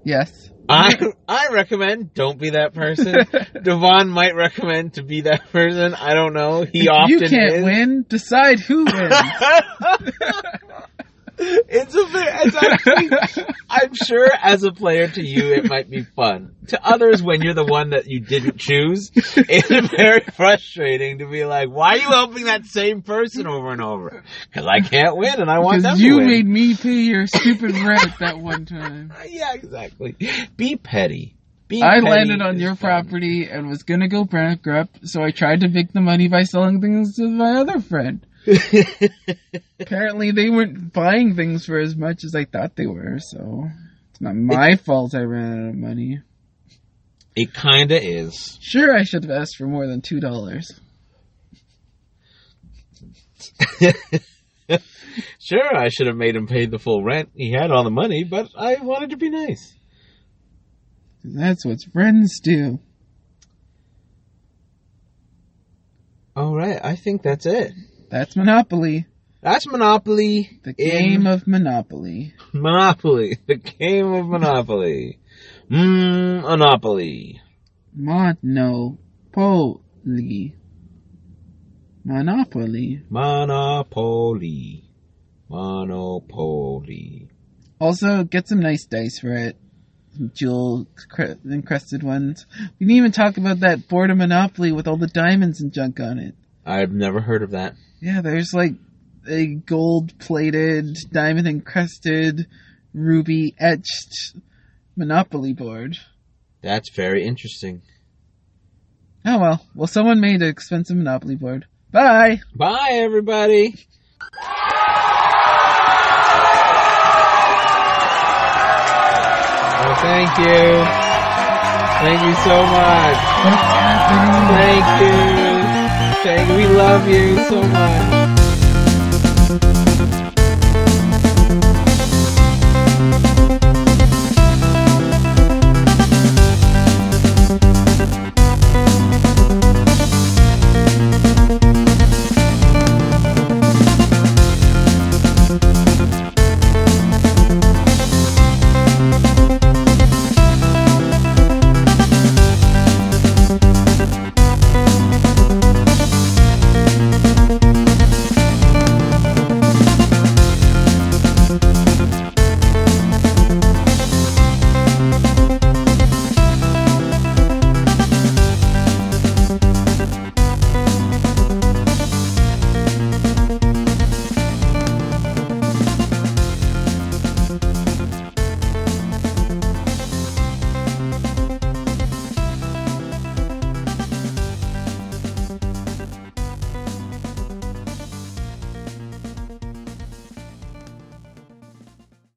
Speaker 1: Yes.
Speaker 2: I I recommend don't be that person. Devon might recommend to be that person. I don't know. He
Speaker 1: If
Speaker 2: often
Speaker 1: you can't
Speaker 2: is.
Speaker 1: win. Decide who wins.
Speaker 2: it's a bit, it's actually I'm sure as a player to you, it might be fun. To others, when you're the one that you didn't choose, it's very frustrating to be like, why are you helping that same person over and over? Because I can't win and I want them
Speaker 1: Because
Speaker 2: to
Speaker 1: you
Speaker 2: win. Uh,
Speaker 1: made me pay your stupid rent that one time.
Speaker 2: yeah, exactly. Be petty. Be
Speaker 1: I
Speaker 2: petty
Speaker 1: landed on
Speaker 2: is
Speaker 1: your
Speaker 2: fun.
Speaker 1: property and was gonna go bankrupt, so I tried to make the money by selling things to my other friend. Apparently, they weren't buying things for as much as I thought they were, so it's not my fault I ran out of money.
Speaker 2: it kinda is.
Speaker 1: Sure, I should have asked for more than two dollars.
Speaker 2: Sure, I should have made him pay the full rent. He had all the money, but I wanted to be nice.
Speaker 1: That's what friends do.
Speaker 2: All right, I think that's it.
Speaker 1: That's Monopoly,
Speaker 2: That's Monopoly.
Speaker 1: the
Speaker 2: in-
Speaker 1: game of Monopoly.
Speaker 2: Monopoly, the game of Monopoly. Mmm, Monopoly.
Speaker 1: Monopoly. Monopoly.
Speaker 2: Monopoly. Monopoly.
Speaker 1: Also, get some nice dice for it. Some jewel cre- encrusted ones. We didn't even talk about that board of Monopoly with all the diamonds and junk on it.
Speaker 2: I've never heard of that.
Speaker 1: Yeah, there's like a gold plated, diamond encrusted, ruby etched Monopoly board.
Speaker 2: That's very interesting.
Speaker 1: Oh well. Well, someone made an expensive Monopoly board. Bye!
Speaker 2: Bye, everybody. Well, Oh, thank you. Thank you so much. Thank you. Thank We love you so much.